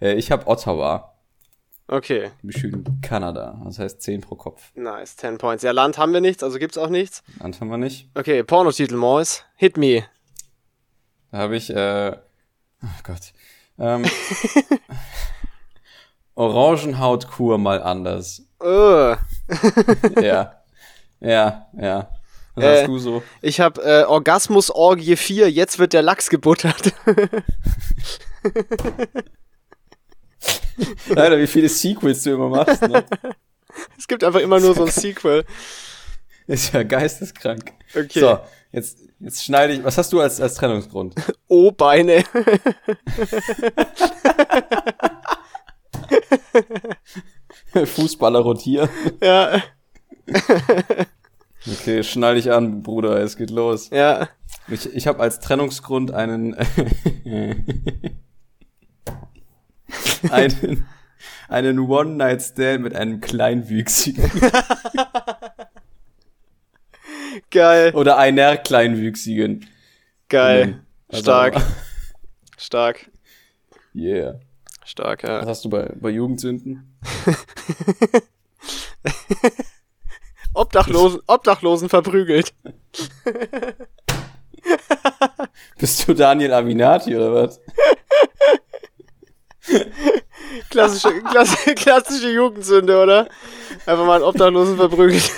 Äh, ich habe Ottawa.
Okay.
Im Süden Kanada. Das heißt 10 pro Kopf.
Nice, 10 Points. Ja, Land haben wir nichts, also gibt's auch nichts.
Land haben wir nicht.
Okay, Pornotitel, Mois. Hit me.
Da habe ich, äh. Oh Gott. Ähm, Orangenhautkur mal anders.
Uh.
ja. Ja, ja. Was äh, hast du so?
Ich habe äh, Orgasmus Orgie 4, jetzt wird der Lachs gebuttert.
Leider, wie viele Sequels du immer machst. Ne?
Es gibt einfach immer nur so ein Sequel.
Ist ja geisteskrank.
Okay.
So, jetzt, jetzt schneide ich. Was hast du als, als Trennungsgrund?
Oh, Beine.
Fußballer rotieren.
Ja.
Okay, schnall dich an, Bruder, es geht los.
Ja.
Ich, ich habe als Trennungsgrund einen, einen, einen One-Night-Stand mit einem Kleinwüchsigen.
Geil.
Oder einer Kleinwüchsigen.
Geil. Also, Stark. Stark.
Yeah.
Stark, ja.
Was hast du bei, bei Jugendsünden?
Obdachlosen, Obdachlosen verprügelt.
Bist du Daniel Aminati oder was?
Klassische, klassische, klassische Jugendsünde, oder? Einfach mal einen Obdachlosen verprügelt.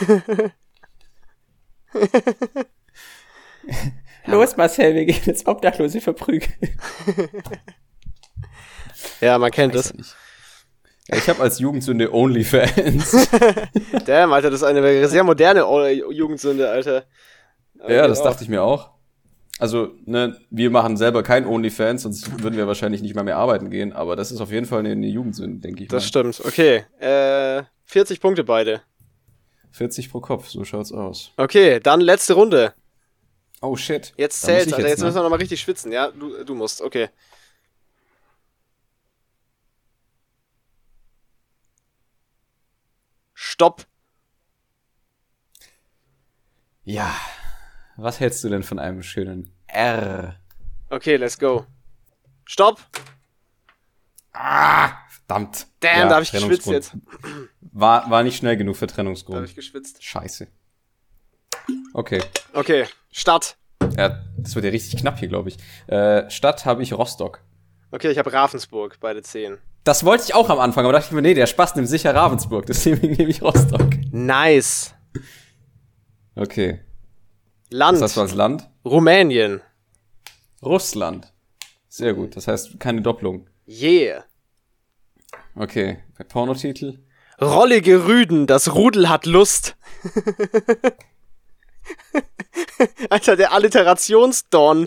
Los, Marcel, wir gehen jetzt Obdachlose verprügeln.
Ja, man kennt das. Nicht.
Ja, ich habe als Jugendsünde OnlyFans.
Damn, Alter, das ist eine sehr moderne Jugendsünde, Alter.
Aber ja, das auch. dachte ich mir auch. Also, ne, wir machen selber kein OnlyFans, sonst würden wir wahrscheinlich nicht mal mehr arbeiten gehen, aber das ist auf jeden Fall eine, eine Jugendsünde, denke ich.
Das mal. stimmt, okay. Äh, 40 Punkte beide.
40 pro Kopf, so schaut's aus.
Okay, dann letzte Runde.
Oh shit.
Jetzt zählt, Alter, jetzt, jetzt ne? müssen wir nochmal richtig schwitzen, ja? Du, du musst, okay. Stopp.
Ja. Was hältst du denn von einem schönen R?
Okay, let's go. Stopp.
Ah, verdammt.
Damn, ja, da hab ich geschwitzt jetzt.
War, war nicht schnell genug für Trennungsgrund. Da
hab ich geschwitzt.
Scheiße. Okay.
Okay, Stadt.
Ja, das wird ja richtig knapp hier, glaube ich. Äh, Stadt habe ich Rostock.
Okay, ich habe Ravensburg, beide 10.
Das wollte ich auch am Anfang, aber dachte ich mir, nee, der Spaß nimmt sicher Ravensburg, deswegen nehme ich Rostock.
Nice.
Okay.
Land.
Was hast du als Land?
Rumänien.
Russland. Sehr gut. Das heißt, keine Doppelung.
Yeah.
Okay. Pornotitel?
Rollige Rüden, das Rudel hat Lust. Alter, der Alliterationsdorn.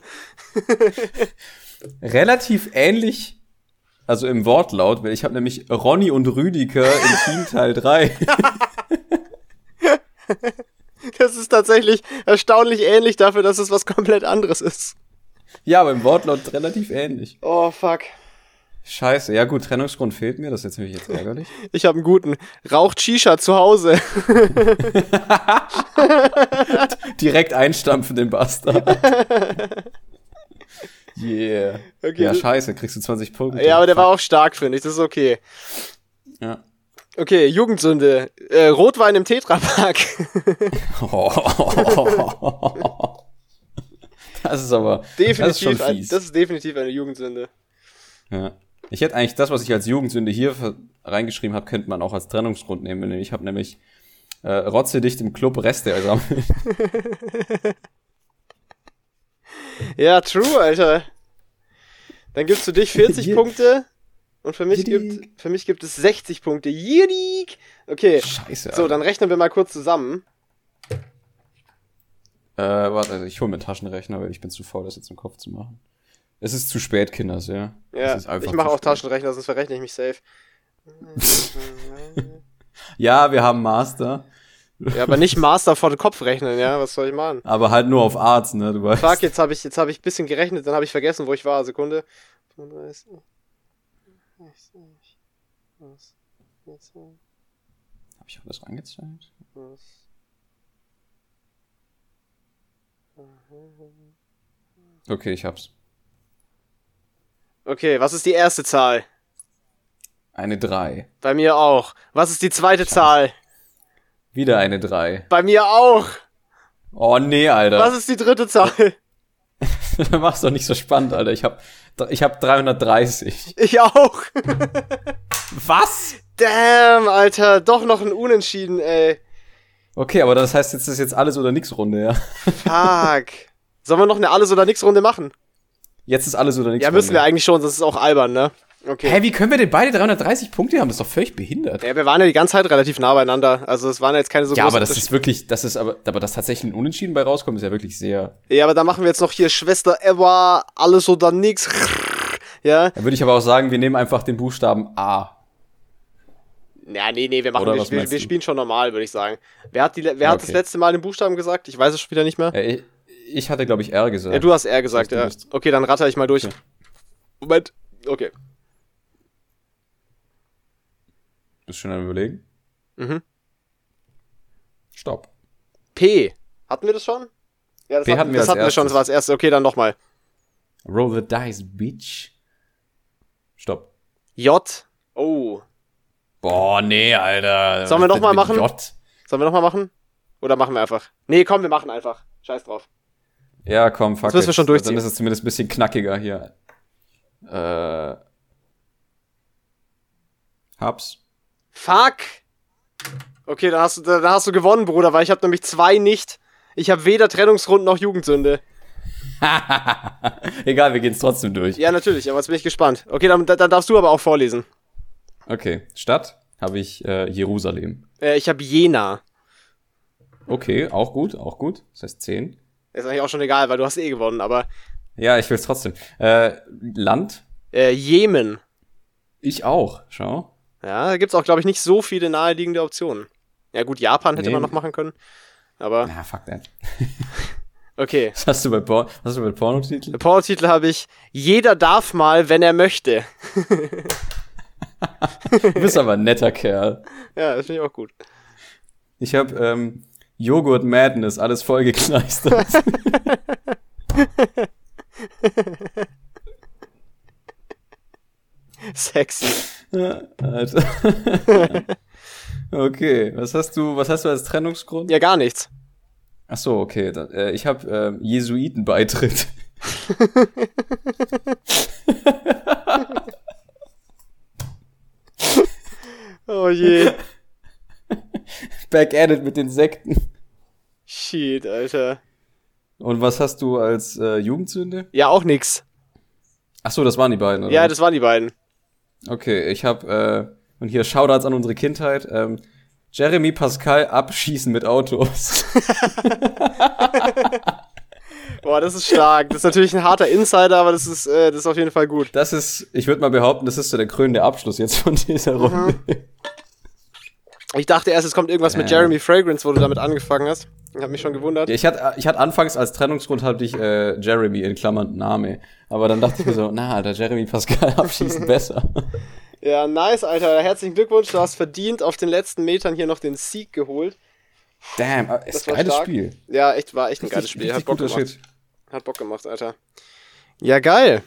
Relativ ähnlich, also im Wortlaut, weil ich habe nämlich Ronny und Rüdiger im Team Teil 3.
Das ist tatsächlich erstaunlich ähnlich dafür, dass es was komplett anderes ist.
ja, aber im Wortlaut relativ ähnlich.
Oh, fuck.
Scheiße. Ja gut, Trennungsgrund fehlt mir. Das ist jetzt nämlich jetzt ärgerlich.
Ich habe einen guten. Raucht Shisha zu Hause.
Direkt einstampfen den Bastard. Yeah.
Okay,
ja,
das-
scheiße, kriegst du 20 Punkte.
Ja, aber der war auch stark, finde ich. Das ist okay.
Ja.
Okay, Jugendsünde. Äh, Rotwein im Tetrapack.
Das ist aber
definitiv
das ist schon
ein,
fies.
das ist definitiv eine Jugendsünde.
ja. Ich hätte eigentlich das, was ich als Jugendsünde hier ver- reingeschrieben habe, könnte man auch als Trennungsgrund nehmen. Ich habe nämlich äh, Rotze dicht im Club Reste also gesammelt.
Ja, true, Alter. Dann gibst du dich 40
Je-
Punkte und für mich,
Jedik.
gibt, für mich gibt es 60 Punkte. Jedik! Okay,
Scheiße.
so, dann rechnen wir mal kurz zusammen.
Äh, warte, also ich hole mir einen Taschenrechner, weil ich bin zu faul, das jetzt im Kopf zu machen. Es ist zu spät, Kinders, ja.
Ja,
es ist einfach
ich mache
zu
auch
spät.
Taschenrechner, sonst verrechne ich mich safe.
Ja, wir haben Master,
ja, aber nicht Master vor den Kopf rechnen, ja? Was soll ich machen?
aber halt nur auf Arts, ne, du weißt.
Fuck, jetzt habe ich, jetzt hab ich ein bisschen gerechnet, dann habe ich vergessen, wo ich war. Sekunde. 35, 60, was, 14,
Hab ich alles reingezählt?
was.
Okay, ich hab's.
Okay, was ist die erste Zahl?
Eine 3.
Bei mir auch. Was ist die zweite Zahl?
Wieder eine 3.
Bei mir auch.
Oh nee, Alter.
Was ist die dritte Zahl?
Mach's doch nicht so spannend, Alter. Ich hab, ich hab 330.
Ich auch.
Was?
Damn, Alter. Doch noch ein Unentschieden, ey.
Okay, aber das heißt, jetzt ist jetzt alles oder nix Runde, ja.
Fuck. Sollen wir noch eine Alles- oder Nix-Runde machen?
Jetzt ist alles oder nix
Ja, müssen wir eigentlich schon, sonst ist es auch albern, ne? Okay.
Hä, wie können wir denn beide 330 Punkte haben? Das ist doch völlig behindert.
Ja, wir waren ja die ganze Zeit relativ nah beieinander. Also es waren ja jetzt keine so
Ja,
großen
aber das
Unterschiede.
ist wirklich, das ist aber, aber das tatsächlich ein Unentschieden bei rauskommt, ist ja wirklich sehr.
Ja, aber da machen wir jetzt noch hier Schwester Eva, alles oder nix. Ja?
Da würde ich aber auch sagen, wir nehmen einfach den Buchstaben A.
Ja, nee, nee, wir machen
Oder
wir,
was
wir,
meinst
wir
du?
spielen schon normal, würde ich sagen. Wer hat, die, le- wer
Ja,
hat das
okay.
letzte Mal den Buchstaben gesagt? Ich weiß es schon wieder nicht mehr.
Ja, ich, ich hatte, glaube ich, R gesagt.
Ja, du hast R gesagt,
du
ja.
bist-
Okay, dann ratter ich mal durch.
Okay.
Moment. Okay.
bist schon am Überlegen.
Mhm.
Stopp.
P. Hatten wir das schon? Ja, das
P hatten wir
das
als
hatten wir schon, das war das erste. Okay, dann nochmal.
Roll the dice, bitch. Stopp.
J. Oh.
Boah, nee, Alter.
Sollen wir
Was
noch mal
denn
machen?
mit J?
Sollen wir nochmal machen? Oder machen wir einfach? Nee, komm, wir machen einfach. Scheiß drauf.
Ja, komm, fuck.
Das müssen wir
it.
schon durchziehen.
Dann ist es zumindest ein bisschen knackiger hier. Äh. Hab's.
Fuck! Okay, dann hast du, dann hast du gewonnen, Bruder, weil ich habe nämlich zwei nicht. Ich habe weder Trennungsgrund noch Jugendsünde.
Egal, wir gehen's trotzdem durch.
Ja, natürlich, aber jetzt bin ich gespannt. Okay, dann, dann darfst du aber auch vorlesen.
Okay, Stadt habe ich äh, Jerusalem.
Äh, ich habe Jena.
Okay, auch gut, auch gut. Das heißt 10.
Ist eigentlich auch schon egal, weil du hast eh gewonnen, aber
Ja, ich will's trotzdem. Äh, Land?
äh, Jemen.
Ich auch, schau.
Ja, da gibt's auch, glaube ich, nicht so viele naheliegende Optionen. Ja, gut, Japan hätte
Nee.
man noch machen können. Aber,
Na, Ah, fuck that.
okay.
Was hast du bei, Por was hast du bei Pornotitel?
Pornotitel habe ich Jeder darf mal, wenn er möchte.
Du bist aber ein netter Kerl.
Ja, das finde ich auch gut.
Ich habe ähm, Joghurt Madness, alles vollgekleistert.
Sexy.
Alter. also. okay, was hast du, was hast du als Trennungsgrund?
Ja, gar nichts.
Ach so, okay. Dann, äh, ich habe ähm, Jesuitenbeitritt.
Oh je.
Back at it mit den Sekten.
Shit, Alter.
Und was hast du als äh, Jugendsünde?
Ja, auch nix.
Ach so, das waren die beiden, oder?
Ja, das waren die beiden.
Okay, ich habe äh, und hier Shoutouts an unsere Kindheit. Ähm, Jeremy Pascal abschießen mit Autos.
Boah, das ist stark. Das ist natürlich ein harter Insider, aber das ist, äh, das ist auf jeden Fall gut.
Das ist, ich würde mal behaupten, das ist so der krönende Abschluss jetzt von dieser
Mhm.
Runde.
Ich dachte erst, es kommt irgendwas mit
Ja.
Jeremy Fragrance, wo du damit angefangen hast. Ich habe mich schon gewundert.
Ja, ich hatte, ich hatte anfangs als Trennungsgrund hatte ich äh, Jeremy in Klammern Name, aber dann dachte ich mir so, na, Alter, Jeremy Pascal abschießen besser.
Ja, nice, Alter. Herzlichen Glückwunsch. Du hast verdient auf den letzten Metern hier noch den Sieg geholt.
Damn, aber ist
Das
ein
war
geiles
stark.
Spiel.
Ja, echt, war echt ein geiles
Richtig-
Spiel. Hat
richtig
Bock
guter
gemacht.
Shit.
Hat Bock gemacht, Alter. Ja, geil.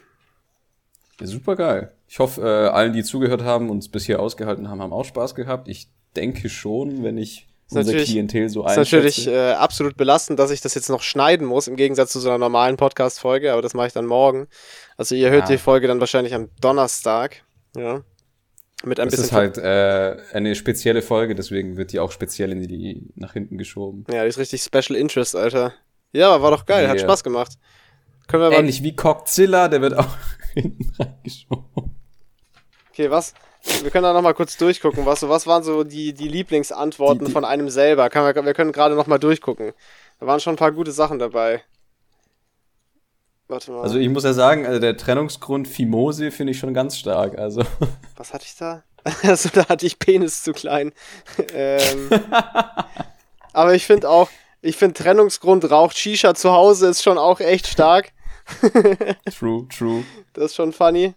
Ja, super geil. Ich hoffe, äh, allen, die zugehört haben und es bis hier ausgehalten haben, haben auch Spaß gehabt. Ich denke schon, wenn ich
Ist
unser
natürlich-
Klientel so
Ist
einschätze.
natürlich äh, absolut belastend, dass ich das jetzt noch schneiden muss, im Gegensatz zu so einer normalen Podcast-Folge, aber das mache ich dann morgen. Also ihr hört
Ah.
die Folge dann wahrscheinlich am Donnerstag. Ja. Mit ein
das
bisschen.
ist halt äh, eine spezielle Folge, deswegen wird die auch speziell in die nach hinten geschoben.
ja, die ist richtig Special Interest, Alter. Ja, aber war doch geil, hat
Yeah.
Spaß gemacht. Können wir aber.
Ähnlich wie Cockzilla, der wird auch hinten reingeschoben.
Okay, was? Wir können da nochmal kurz durchgucken, was, so- was waren so die, die Lieblingsantworten
Die- die-
von einem selber? Kann, man- wir können gerade nochmal durchgucken. Da waren schon ein paar gute Sachen dabei. Warte mal.
Also ich muss ja sagen, also der Trennungsgrund Fimose finde ich schon ganz stark. Also
Was hatte ich da? Also da hatte ich Penis zu klein. ähm, aber ich finde auch, ich finde Trennungsgrund raucht Shisha zu Hause ist schon auch echt stark.
true, true.
Das ist schon funny.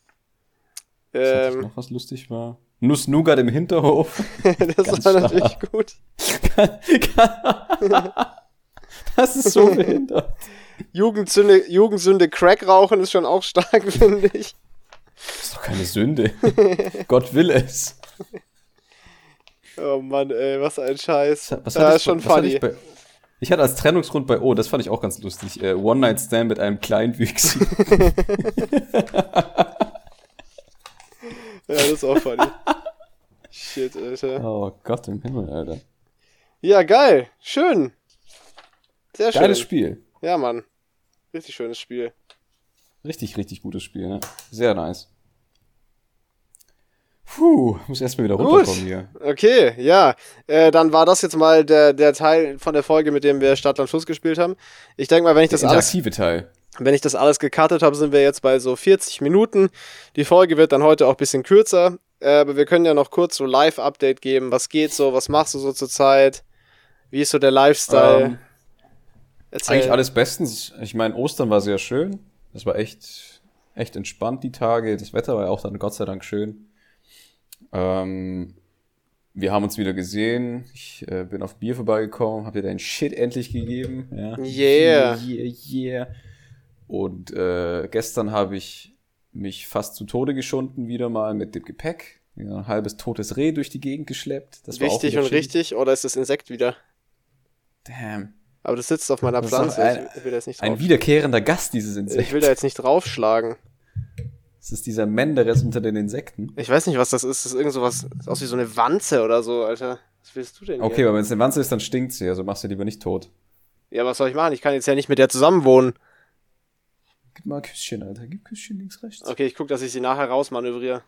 Was hatte ich
Ähm,
noch was lustig war. Nuss Nougat im Hinterhof.
das
Ganz
war
stark.
natürlich gut.
Das ist so behindert.
Jugendsünde, Jugendsünde Crack rauchen ist schon auch stark, finde ich.
Das ist doch keine Sünde. Gott will es.
Oh Mann, ey, was ein Scheiß.
Was
ja,
hatte
ist schon
was hatte
funny.
ich, bei, ich hatte als Trennungsgrund bei, oh, das fand ich auch ganz lustig, äh, One-Night-Stand mit einem Kleinwüchsigen.
Ja, das ist auch funny. Shit, Alter.
oh Gott im Himmel, Alter.
Ja, geil. Schön. Sehr schön.
Geiles Spiel.
Ja, Mann. Richtig schönes Spiel.
Richtig, richtig gutes Spiel, ne? Sehr nice. Puh, muss erstmal wieder runterkommen hier.
Okay, ja. Äh, dann war das jetzt mal der, der Teil von der Folge, mit dem wir Stadtland Fluss gespielt haben. Ich denke mal, wenn ich
Das
das alles
interaktive Teil.
Wenn ich das alles gekartet habe, sind wir jetzt bei so 40 Minuten. Die Folge wird dann heute auch ein bisschen kürzer. Äh, Aber wir können ja noch kurz so Live-Update geben. Was geht so? Was machst du so zur Zeit? Wie ist so der Lifestyle?
Ähm,
Erzähl.
Eigentlich alles bestens. Ich meine, Ostern war sehr schön. Das war echt, echt entspannt, die Tage. Das Wetter war ja auch dann Gott sei Dank schön. Ähm, wir haben uns wieder gesehen. Ich äh, bin auf Bier vorbeigekommen, hab dir deinen Shit endlich gegeben. Ja.
Yeah.
Yeah, yeah. Und äh, gestern habe ich mich fast zu Tode geschunden, wieder mal mit dem Gepäck. Ja, ein halbes totes Reh durch die Gegend geschleppt. Das war auch
Wichtig
wieder
und
schön.
richtig? Oder ist das Insekt wieder?
Damn.
Aber das sitzt auf meiner
Das ist doch
Pflanze.
ein-
ich will da jetzt nicht
Ein
drauf.
wiederkehrender Gast, dieses Insekt.
Ich will da jetzt nicht draufschlagen.
Es ist dieser Menderes unter den Insekten.
Ich weiß nicht, was das ist. Das ist irgend sowas. Das aus wie so eine Wanze oder so, Alter. Was willst du denn?
Okay,
Hier?
aber wenn es eine Wanze ist, dann stinkt sie, also machst du lieber nicht tot.
Ja, was soll ich machen? Ich kann jetzt ja nicht mit der zusammenwohnen.
Gib mal ein Küsschen, Alter. Gib Küsschen links, rechts.
Okay, ich guck, dass ich sie nachher rausmanövriere.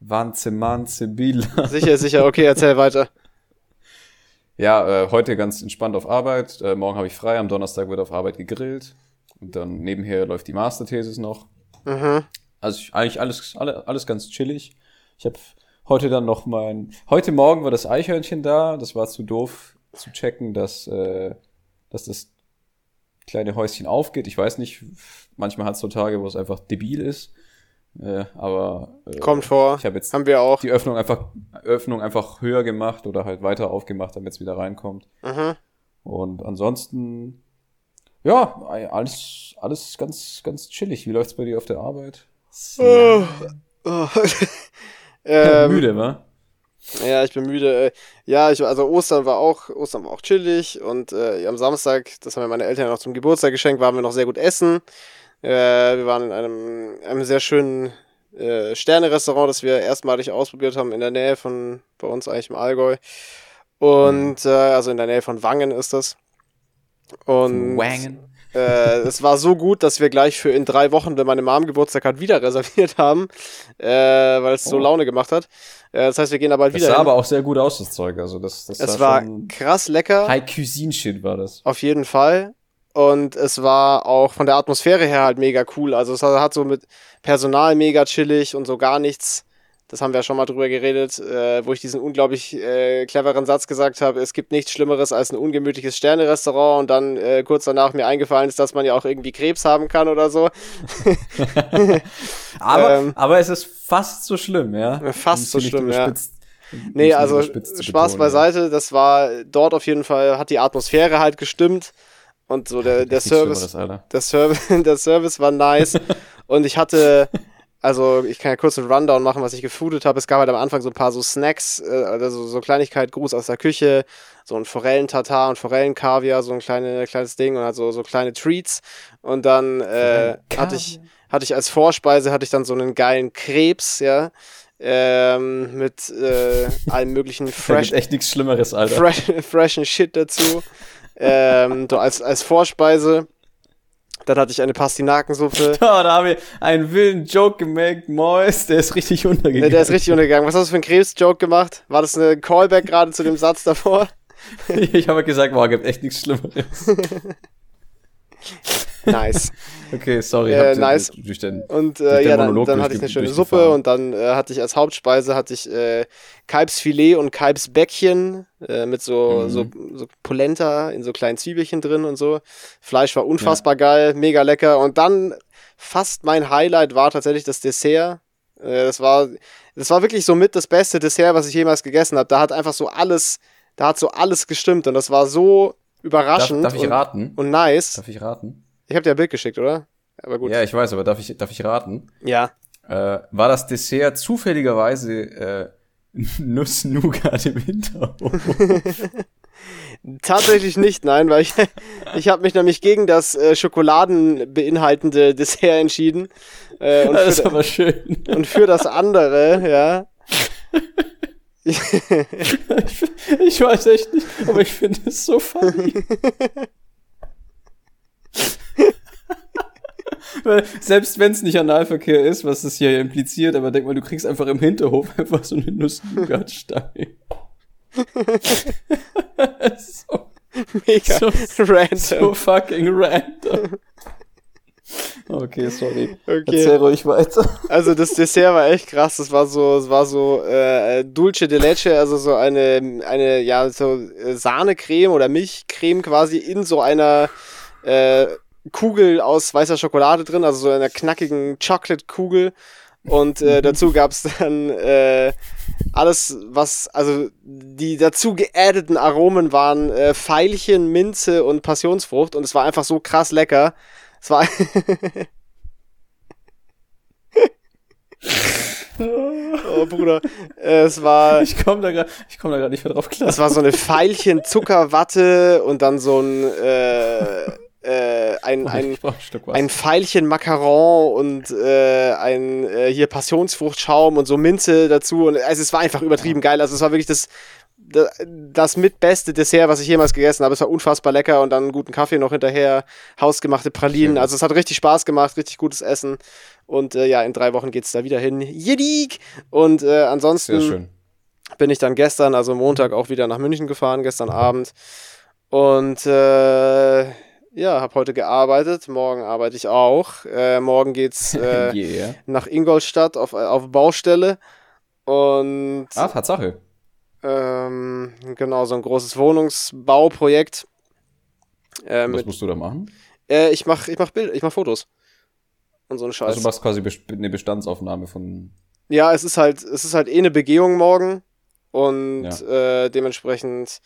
Wanze, Manze, Bila.
Sicher, sicher. Okay, erzähl weiter.
Ja, äh, heute ganz entspannt auf Arbeit. Äh, morgen habe ich frei, am Donnerstag wird auf Arbeit gegrillt. Und dann nebenher läuft die Masterthesis noch.
Mhm.
Also ich, eigentlich alles, alle, alles ganz chillig. Ich habe heute dann noch mein. Heute Morgen war das Eichhörnchen da. Das war zu doof zu checken, dass, äh, dass das kleine Häuschen aufgeht. Ich weiß nicht, manchmal hat es so Tage, wo es einfach debil ist. Äh, aber äh,
Kommt vor.
ich habe jetzt
Haben wir auch.
die Öffnung einfach, Öffnung einfach höher gemacht oder halt weiter aufgemacht, damit es wieder reinkommt.
Mhm.
Und ansonsten, ja, alles, alles ganz, ganz chillig. Wie läuft's bei dir auf der Arbeit?
Oh. Oh. ähm,
Müde, wa?
Ja, ich bin müde. äh, Ja, ich, also Ostern war auch, Ostern war auch chillig und äh, am Samstag, das haben mir meine Eltern ja noch zum Geburtstag geschenkt, waren wir noch sehr gut essen. Äh, wir waren in einem, einem sehr schönen äh, Sterne-Restaurant, das wir erstmalig ausprobiert haben in der Nähe von
Mhm.
bei uns eigentlich im Allgäu. Und äh, also in der Nähe von Wangen ist das. Und
Wangen.
äh, es war so gut, dass wir gleich für in drei Wochen, wenn meine Mom Geburtstag hat, wieder reserviert haben, äh, weil es so
Oh.
Laune gemacht hat. Äh, das heißt, wir gehen aber bald
Das
wieder.
sah
hin.
aber auch sehr gut aus, das Zeug. Also das, das
es
sah
war
schon
krass lecker,
High Cuisine Shit war das.
auf jeden Fall. Und es war auch von der Atmosphäre her halt mega cool. Also es hat so mit Personal mega chillig und so gar nichts. Das haben wir ja schon mal drüber geredet, äh, wo ich diesen unglaublich äh, cleveren Satz gesagt habe, es gibt nichts Schlimmeres als ein ungemütliches Sterne-Restaurant und dann äh, kurz danach mir eingefallen ist, dass man ja auch irgendwie Krebs haben kann oder so.
Aber,
Ähm.
aber es ist fast so schlimm, ja.
Fast
Um es
so
nicht
schlimm, ja.
überspitzt- um es
Nee,
nicht
also
überspitzt zu
Spaß
betonen, ja.
beiseite, das war dort auf jeden Fall, hat die Atmosphäre halt gestimmt und so der, der
Nichts Schlimmeres,
Service,
Alter.
der Service, der Service war nice und ich hatte, also ich kann ja kurz einen Rundown machen, was ich gefoodet habe. Es gab halt am Anfang so ein paar so Snacks, äh, also so Kleinigkeit, Gruß aus der Küche, so ein Forellentatar und Forellenkaviar, so ein kleine, kleines Ding und halt so, so kleine Treats und dann äh, hatte ich hatte ich als Vorspeise hatte ich dann so einen geilen Krebs, ja. Ähm, mit äh, allem möglichen
Da
fresh,
gibt echt nichts Schlimmeres, Alter.
fresh, freshen Shit dazu. ähm, so als, als Vorspeise. Dann hatte ich eine Pastinakensuppe.
Ja, da habe ich einen wilden Joke gemacht, Mois, der ist richtig
Ne,
untergegangen.
der ist richtig untergegangen. Was hast du für einen Krebs-Joke gemacht? War das ein Callback gerade zu dem Satz davor?
ich habe gesagt, boah, gibt echt nichts Schlimmeres.
Nice.
Okay, sorry,
Äh,
hab den-
nice.
durch den
Und
Durch
äh,
den
ja, dann,
Monolog
dann hatte ich
durchge-
eine schöne
durchgefahren.
Suppe und dann äh, hatte ich als Hauptspeise hatte ich äh, Kalbsfilet und Kalbsbäckchen äh, mit so,
Mhm.
so, so Polenta in so kleinen Zwiebelchen drin und so. Fleisch war unfassbar geil, mega lecker. Und dann fast mein Highlight war tatsächlich das Dessert. Äh, das war das war wirklich so mit das beste Dessert, was ich jemals gegessen habe. Da hat einfach so alles, da hat so alles gestimmt und das war so
darf,
überraschend
darf ich
und,
raten?
und nice.
Darf ich raten?
Ich habe dir ein Bild geschickt, oder? Aber gut.
Ja, ich weiß, aber darf ich, darf ich raten?
ja.
Äh, war das Dessert zufälligerweise äh, Nuss-Nougat im Hinterhof?
Tatsächlich nicht, nein, weil ich, ich habe mich nämlich gegen das äh, Schokoladen beinhaltende Dessert entschieden äh, und,
Das ist
für,
aber schön.
und für das andere, ja.
Ich weiß echt nicht, aber ich finde es so funny. Weil selbst wenn es nicht Analverkehr ist, was es hier impliziert, aber denk mal, du kriegst einfach im Hinterhof einfach so eine Nuss-Nougat-Stange. so,
Mega
so,
random.
so fucking random. Okay, sorry. Erzähl
okay.
ruhig weiter.
Also das Dessert war echt krass. Das war so, es war so äh, Dulce de Leche, also so eine, eine ja, so äh, Sahnecreme oder Milchcreme quasi in so einer äh, Kugel aus weißer Schokolade drin, also so einer knackigen Chocolate-Kugel. Und äh, dazu gab's dann äh, alles, was, also die dazu geaddeten Aromen waren äh, Veilchen, Minze und Passionsfrucht. Und es war einfach so krass lecker. Es war, oh Bruder, äh, es war.
Ich komme da gerade komm da grad nicht mehr drauf klar.
Es war so eine Veilchen Zuckerwatte und dann so ein, äh, äh, ein,
Oh,
ein,
ich brauch ein Stück was.
ein Veilchen Macaron und äh, ein äh, hier Passionsfruchtschaum und so Minze dazu. Und also es war einfach übertrieben geil. Also es war wirklich das, das, das mitbeste Dessert, was ich jemals gegessen habe. Es war unfassbar lecker und dann einen guten Kaffee noch hinterher, hausgemachte Pralinen. Also es hat richtig Spaß gemacht, richtig gutes Essen. Und äh, ja, in drei Wochen geht's da wieder hin. Jedik! Und äh, ansonsten
Sehr schön.
bin ich dann gestern, also Montag, auch wieder nach München gefahren, gestern Abend. Und äh, ja, habe heute gearbeitet. Morgen arbeite ich auch. Äh, morgen geht's äh,
yeah.
nach Ingolstadt auf, auf Baustelle. Und
Ah, Tatsache.
ähm, genau, so ein großes Wohnungsbauprojekt. Äh,
Was
mit,
musst du da machen?
äh, ich mach, ich mach Bilder, ich mach Fotos. Und so einen Scheiß.
Also du machst quasi best- eine Bestandsaufnahme von
Ja, es ist halt, es ist halt eh eine Begehung morgen und äh, dementsprechend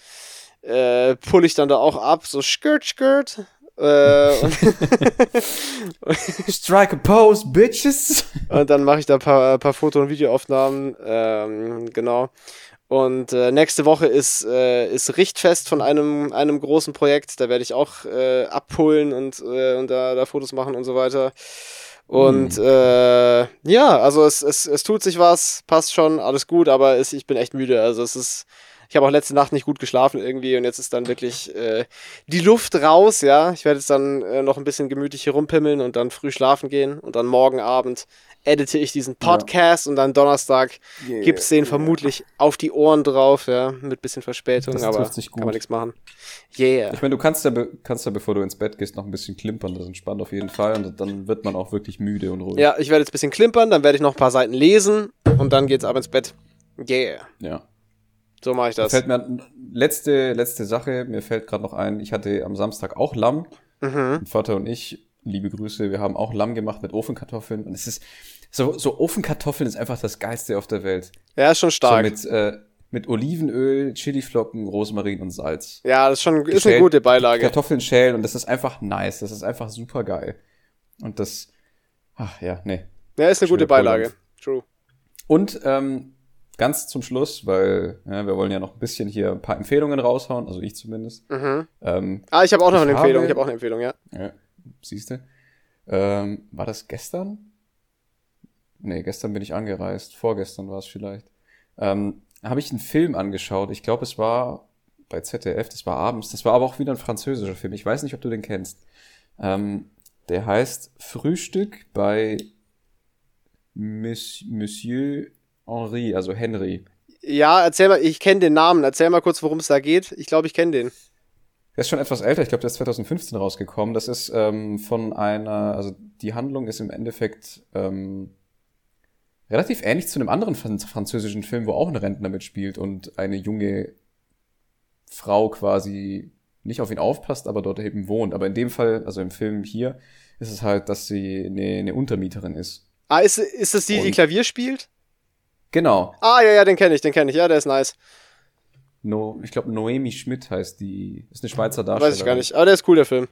äh, pull ich dann da auch ab, so skirt, skirt. Äh, und,
Strike a pose, bitches.
und dann mache ich da ein paar, äh, paar Foto- und Videoaufnahmen. Ähm, genau. Und äh, nächste Woche ist, äh, ist Richtfest von einem, einem großen Projekt. Da werde ich auch äh, abpullen und, äh, und da, da Fotos machen und so weiter. Und äh, ja, also es, es, es tut sich was, passt schon, alles gut, aber es, ich bin echt müde. Also es ist, ich Ich habe auch letzte Nacht nicht gut geschlafen irgendwie und jetzt ist dann wirklich äh, die Luft raus, ja. Ich werde jetzt dann äh, noch ein bisschen gemütlich hier rumpimmeln und dann früh schlafen gehen und dann morgen Abend edite ich diesen Podcast und dann Donnerstag
Yeah,
gibt's den vermutlich auf die Ohren drauf, ja, mit bisschen Verspätung,
Das
aber
trifft sich
kann man
gut.
nichts machen. Yeah.
Ich meine, du kannst ja, be- kannst ja, bevor du ins Bett gehst, noch ein bisschen klimpern. Das entspannt auf jeden Fall. Und dann wird man auch wirklich müde und ruhig.
Ja, ich werde jetzt ein bisschen klimpern, dann werde ich noch ein paar Seiten lesen und dann geht's ab ins Bett. Yeah.
ja.
So mache ich das.
Fällt mir letzte, letzte Sache, mir fällt gerade noch ein, ich hatte am Samstag auch Lamm.
Mhm.
Mein Vater und ich, liebe Grüße, wir haben auch Lamm gemacht mit Ofenkartoffeln. Und es ist, so, so Ofenkartoffeln ist einfach das Geilste auf der Welt.
Ja, ist schon stark.
So mit, äh, mit Olivenöl, Chiliflocken, Rosmarin und Salz.
ja, das ist schon ist eine
Geschält-
gute Beilage.
Kartoffeln schälen und das ist einfach nice. Das ist einfach super geil. Und das, ach ja, nee.
Ja, ist eine gute
Schöne
Beilage.
Kohldampf.
True.
Und ähm, ganz zum Schluss, weil ja, wir wollen ja noch ein bisschen hier ein paar Empfehlungen raushauen, also ich zumindest.
Mhm.
Ähm,
Ah, ich habe auch noch
Ich
eine
habe-
Empfehlung. Ich habe auch eine Empfehlung, ja.
ja, siehst du? Ähm, war das gestern? Nee, gestern bin ich angereist. Vorgestern war es vielleicht. Ähm, Habe ich einen Film angeschaut. Ich glaube, es war bei ZDF, das war abends. Das war aber auch wieder ein französischer Film. Ich weiß nicht, ob du den kennst. Ähm, der heißt Frühstück bei Miss- Monsieur Henri, also Henry.
Ja, erzähl mal, ich kenne den Namen. Erzähl mal kurz, worum es da geht. Ich glaube, ich kenne den.
Der ist schon etwas älter, ich glaube, der ist 2015 rausgekommen. Das ist ähm, von einer, also die Handlung ist im Endeffekt ähm, relativ ähnlich zu einem anderen fran französischen Film, wo auch ein Rentner mitspielt und eine junge Frau quasi nicht auf ihn aufpasst, aber dort eben wohnt. Aber in dem Fall, also im Film hier, ist es halt, dass sie eine, eine Untermieterin ist.
Ah, ist, ist das die, die
Und-
Klavier spielt?
Genau.
Ah, ja, ja, den kenne ich, den kenne ich. Ja, der ist nice.
No, ich glaube, Noemi Schmidt heißt die. Ist eine Schweizer Darstellerin.
Weiß ich gar nicht. Aber der ist cool, der Film.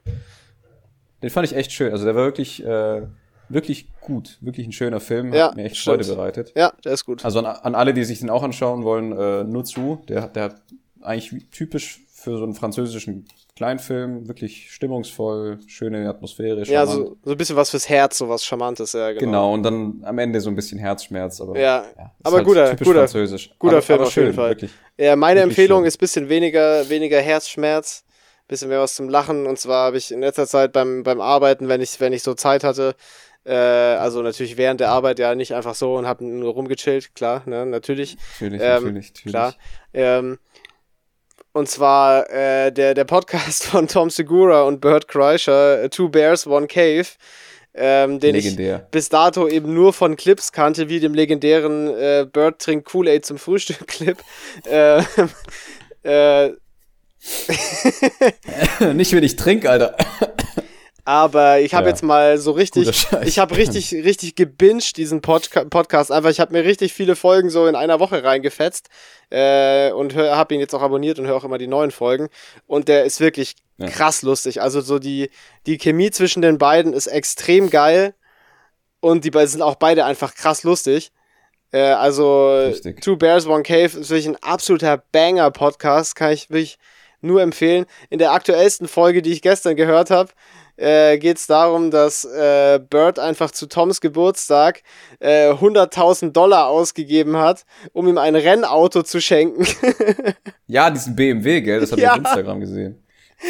Den fand ich echt schön. Also der war wirklich, äh, wirklich gut. Wirklich ein schöner Film.
Ja,
hat mir echt
stimmt.
Freude bereitet.
Ja, der ist gut.
Also an, an alle, die sich den auch anschauen wollen, äh, nur zu. Der, der hat eigentlich wie- typisch für so einen französischen Kleinfilm. Wirklich stimmungsvoll, schöne Atmosphäre.
ja,
charmant.
so, so ein bisschen was fürs Herz, so was Charmantes, ja,
genau.
genau.
Und dann am Ende so ein bisschen Herzschmerz. Aber,
Ja,
ist halt
aber guter-
typisch
guter-
französisch.
guter
aber,
Film
aber
auf jeden
schön,
Fall.
Wirklich.
Ja, meine
Wirklich
Empfehlung
schön.
ist bisschen weniger, weniger Herzschmerz, bisschen mehr was zum Lachen. Und zwar habe ich in letzter Zeit beim, beim Arbeiten, wenn ich, wenn ich so Zeit hatte, äh, also natürlich während der Arbeit ja nicht einfach so und habe nur rumgechillt, klar, ne, natürlich.
Natürlich,
Ähm,
natürlich, natürlich.
Klar. Ähm, und zwar äh, der, der Podcast von Tom Segura und Bert Kreischer, äh, Two Bears, One Cave, ähm, den ich
Legendär.
bis dato eben nur von Clips kannte, wie dem legendären äh, Bird trinkt Kool-Aid zum Frühstück-Clip. Äh, äh,
nicht, wenn ich trinke, Alter.
aber ich habe
Ja.
jetzt mal so
Guter
richtig,
Scheiß.
ich habe richtig, richtig gebinged diesen Podca Podcast. Einfach, ich habe mir richtig viele Folgen so in einer Woche reingefetzt äh, und habe ihn jetzt auch abonniert und höre auch immer die neuen Folgen. Und der ist wirklich
Ja.
krass lustig. Also so die, die Chemie zwischen den beiden ist extrem geil und die beiden sind auch beide einfach krass lustig. Äh, also
Richtig.
Two Bears One Cave ist wirklich ein absoluter Banger Podcast, kann ich wirklich nur empfehlen. In der aktuellsten Folge, die ich gestern gehört habe, äh, geht es darum, dass äh, Bird einfach zu Toms Geburtstag äh, 100.000 Dollar ausgegeben hat, um ihm ein Rennauto zu schenken.
Ja, diesen BMW, gell? Das habe
Ja.
ich auf Instagram gesehen.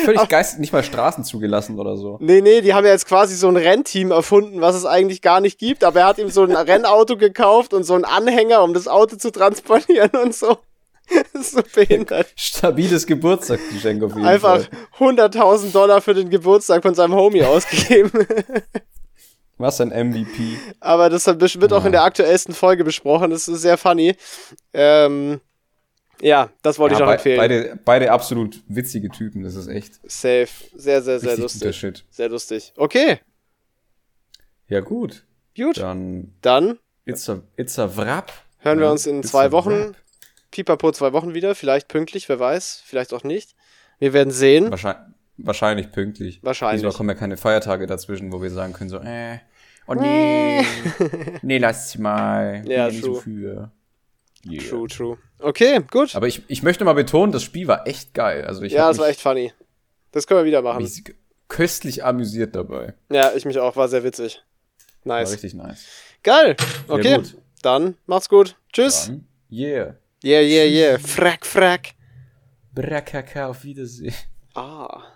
Völlig geistig, nicht mal Straßen zugelassen oder so.
Nee, nee, die haben ja jetzt quasi so ein Rennteam erfunden, was es eigentlich gar nicht gibt, aber er hat ihm so ein Rennauto gekauft und so einen Anhänger, um das Auto zu transportieren und so. Das ist so behindert.
Stabiles Geburtstagsgeschenk auf jeden
Einfach
Fall.
100.000 Dollar für den Geburtstag von seinem Homie ausgegeben.
Was ein MVP.
Aber das hat bes- wird auch in der aktuellsten Folge besprochen. Das ist sehr funny. Ähm, ja, das wollte ich noch
bei-
empfehlen.
beide, beide absolut witzige Typen, das ist echt
Safe. Sehr, sehr, sehr
richtig guter
lustig.
Shit.
Sehr lustig. Okay,
Ja, gut.
gut.
Dann
Dann
it's a, it's a wrap.
hören wir
Ja,
uns in
it's
zwei
a
Wochen.
wrap.
Pipapo zwei Wochen wieder. Vielleicht pünktlich, wer weiß. Vielleicht auch nicht. Wir werden sehen.
Wahrscheinlich, wahrscheinlich pünktlich.
Wahrscheinlich.
Diesmal kommen ja keine Feiertage dazwischen, wo wir sagen können so, äh, oh nee, nee, lass mal.
Ja,
nee, nicht so
true.
für. Yeah.
True, true. Okay, gut.
Aber ich, ich möchte mal betonen, das Spiel war echt geil. Also ich
ja,
hab
das war
mich-
echt funny. Das können wir wieder machen.
mich köstlich amüsiert dabei.
Ja, ich mich auch. War sehr witzig.
War
Nice.
richtig nice.
Geil.
Ja,
Okay,
gut.
dann macht's gut. Tschüss.
Dann, yeah.
Yeah, yeah, yeah. Frack, frack.
Brakaka, auf Wiedersehen.
Ah.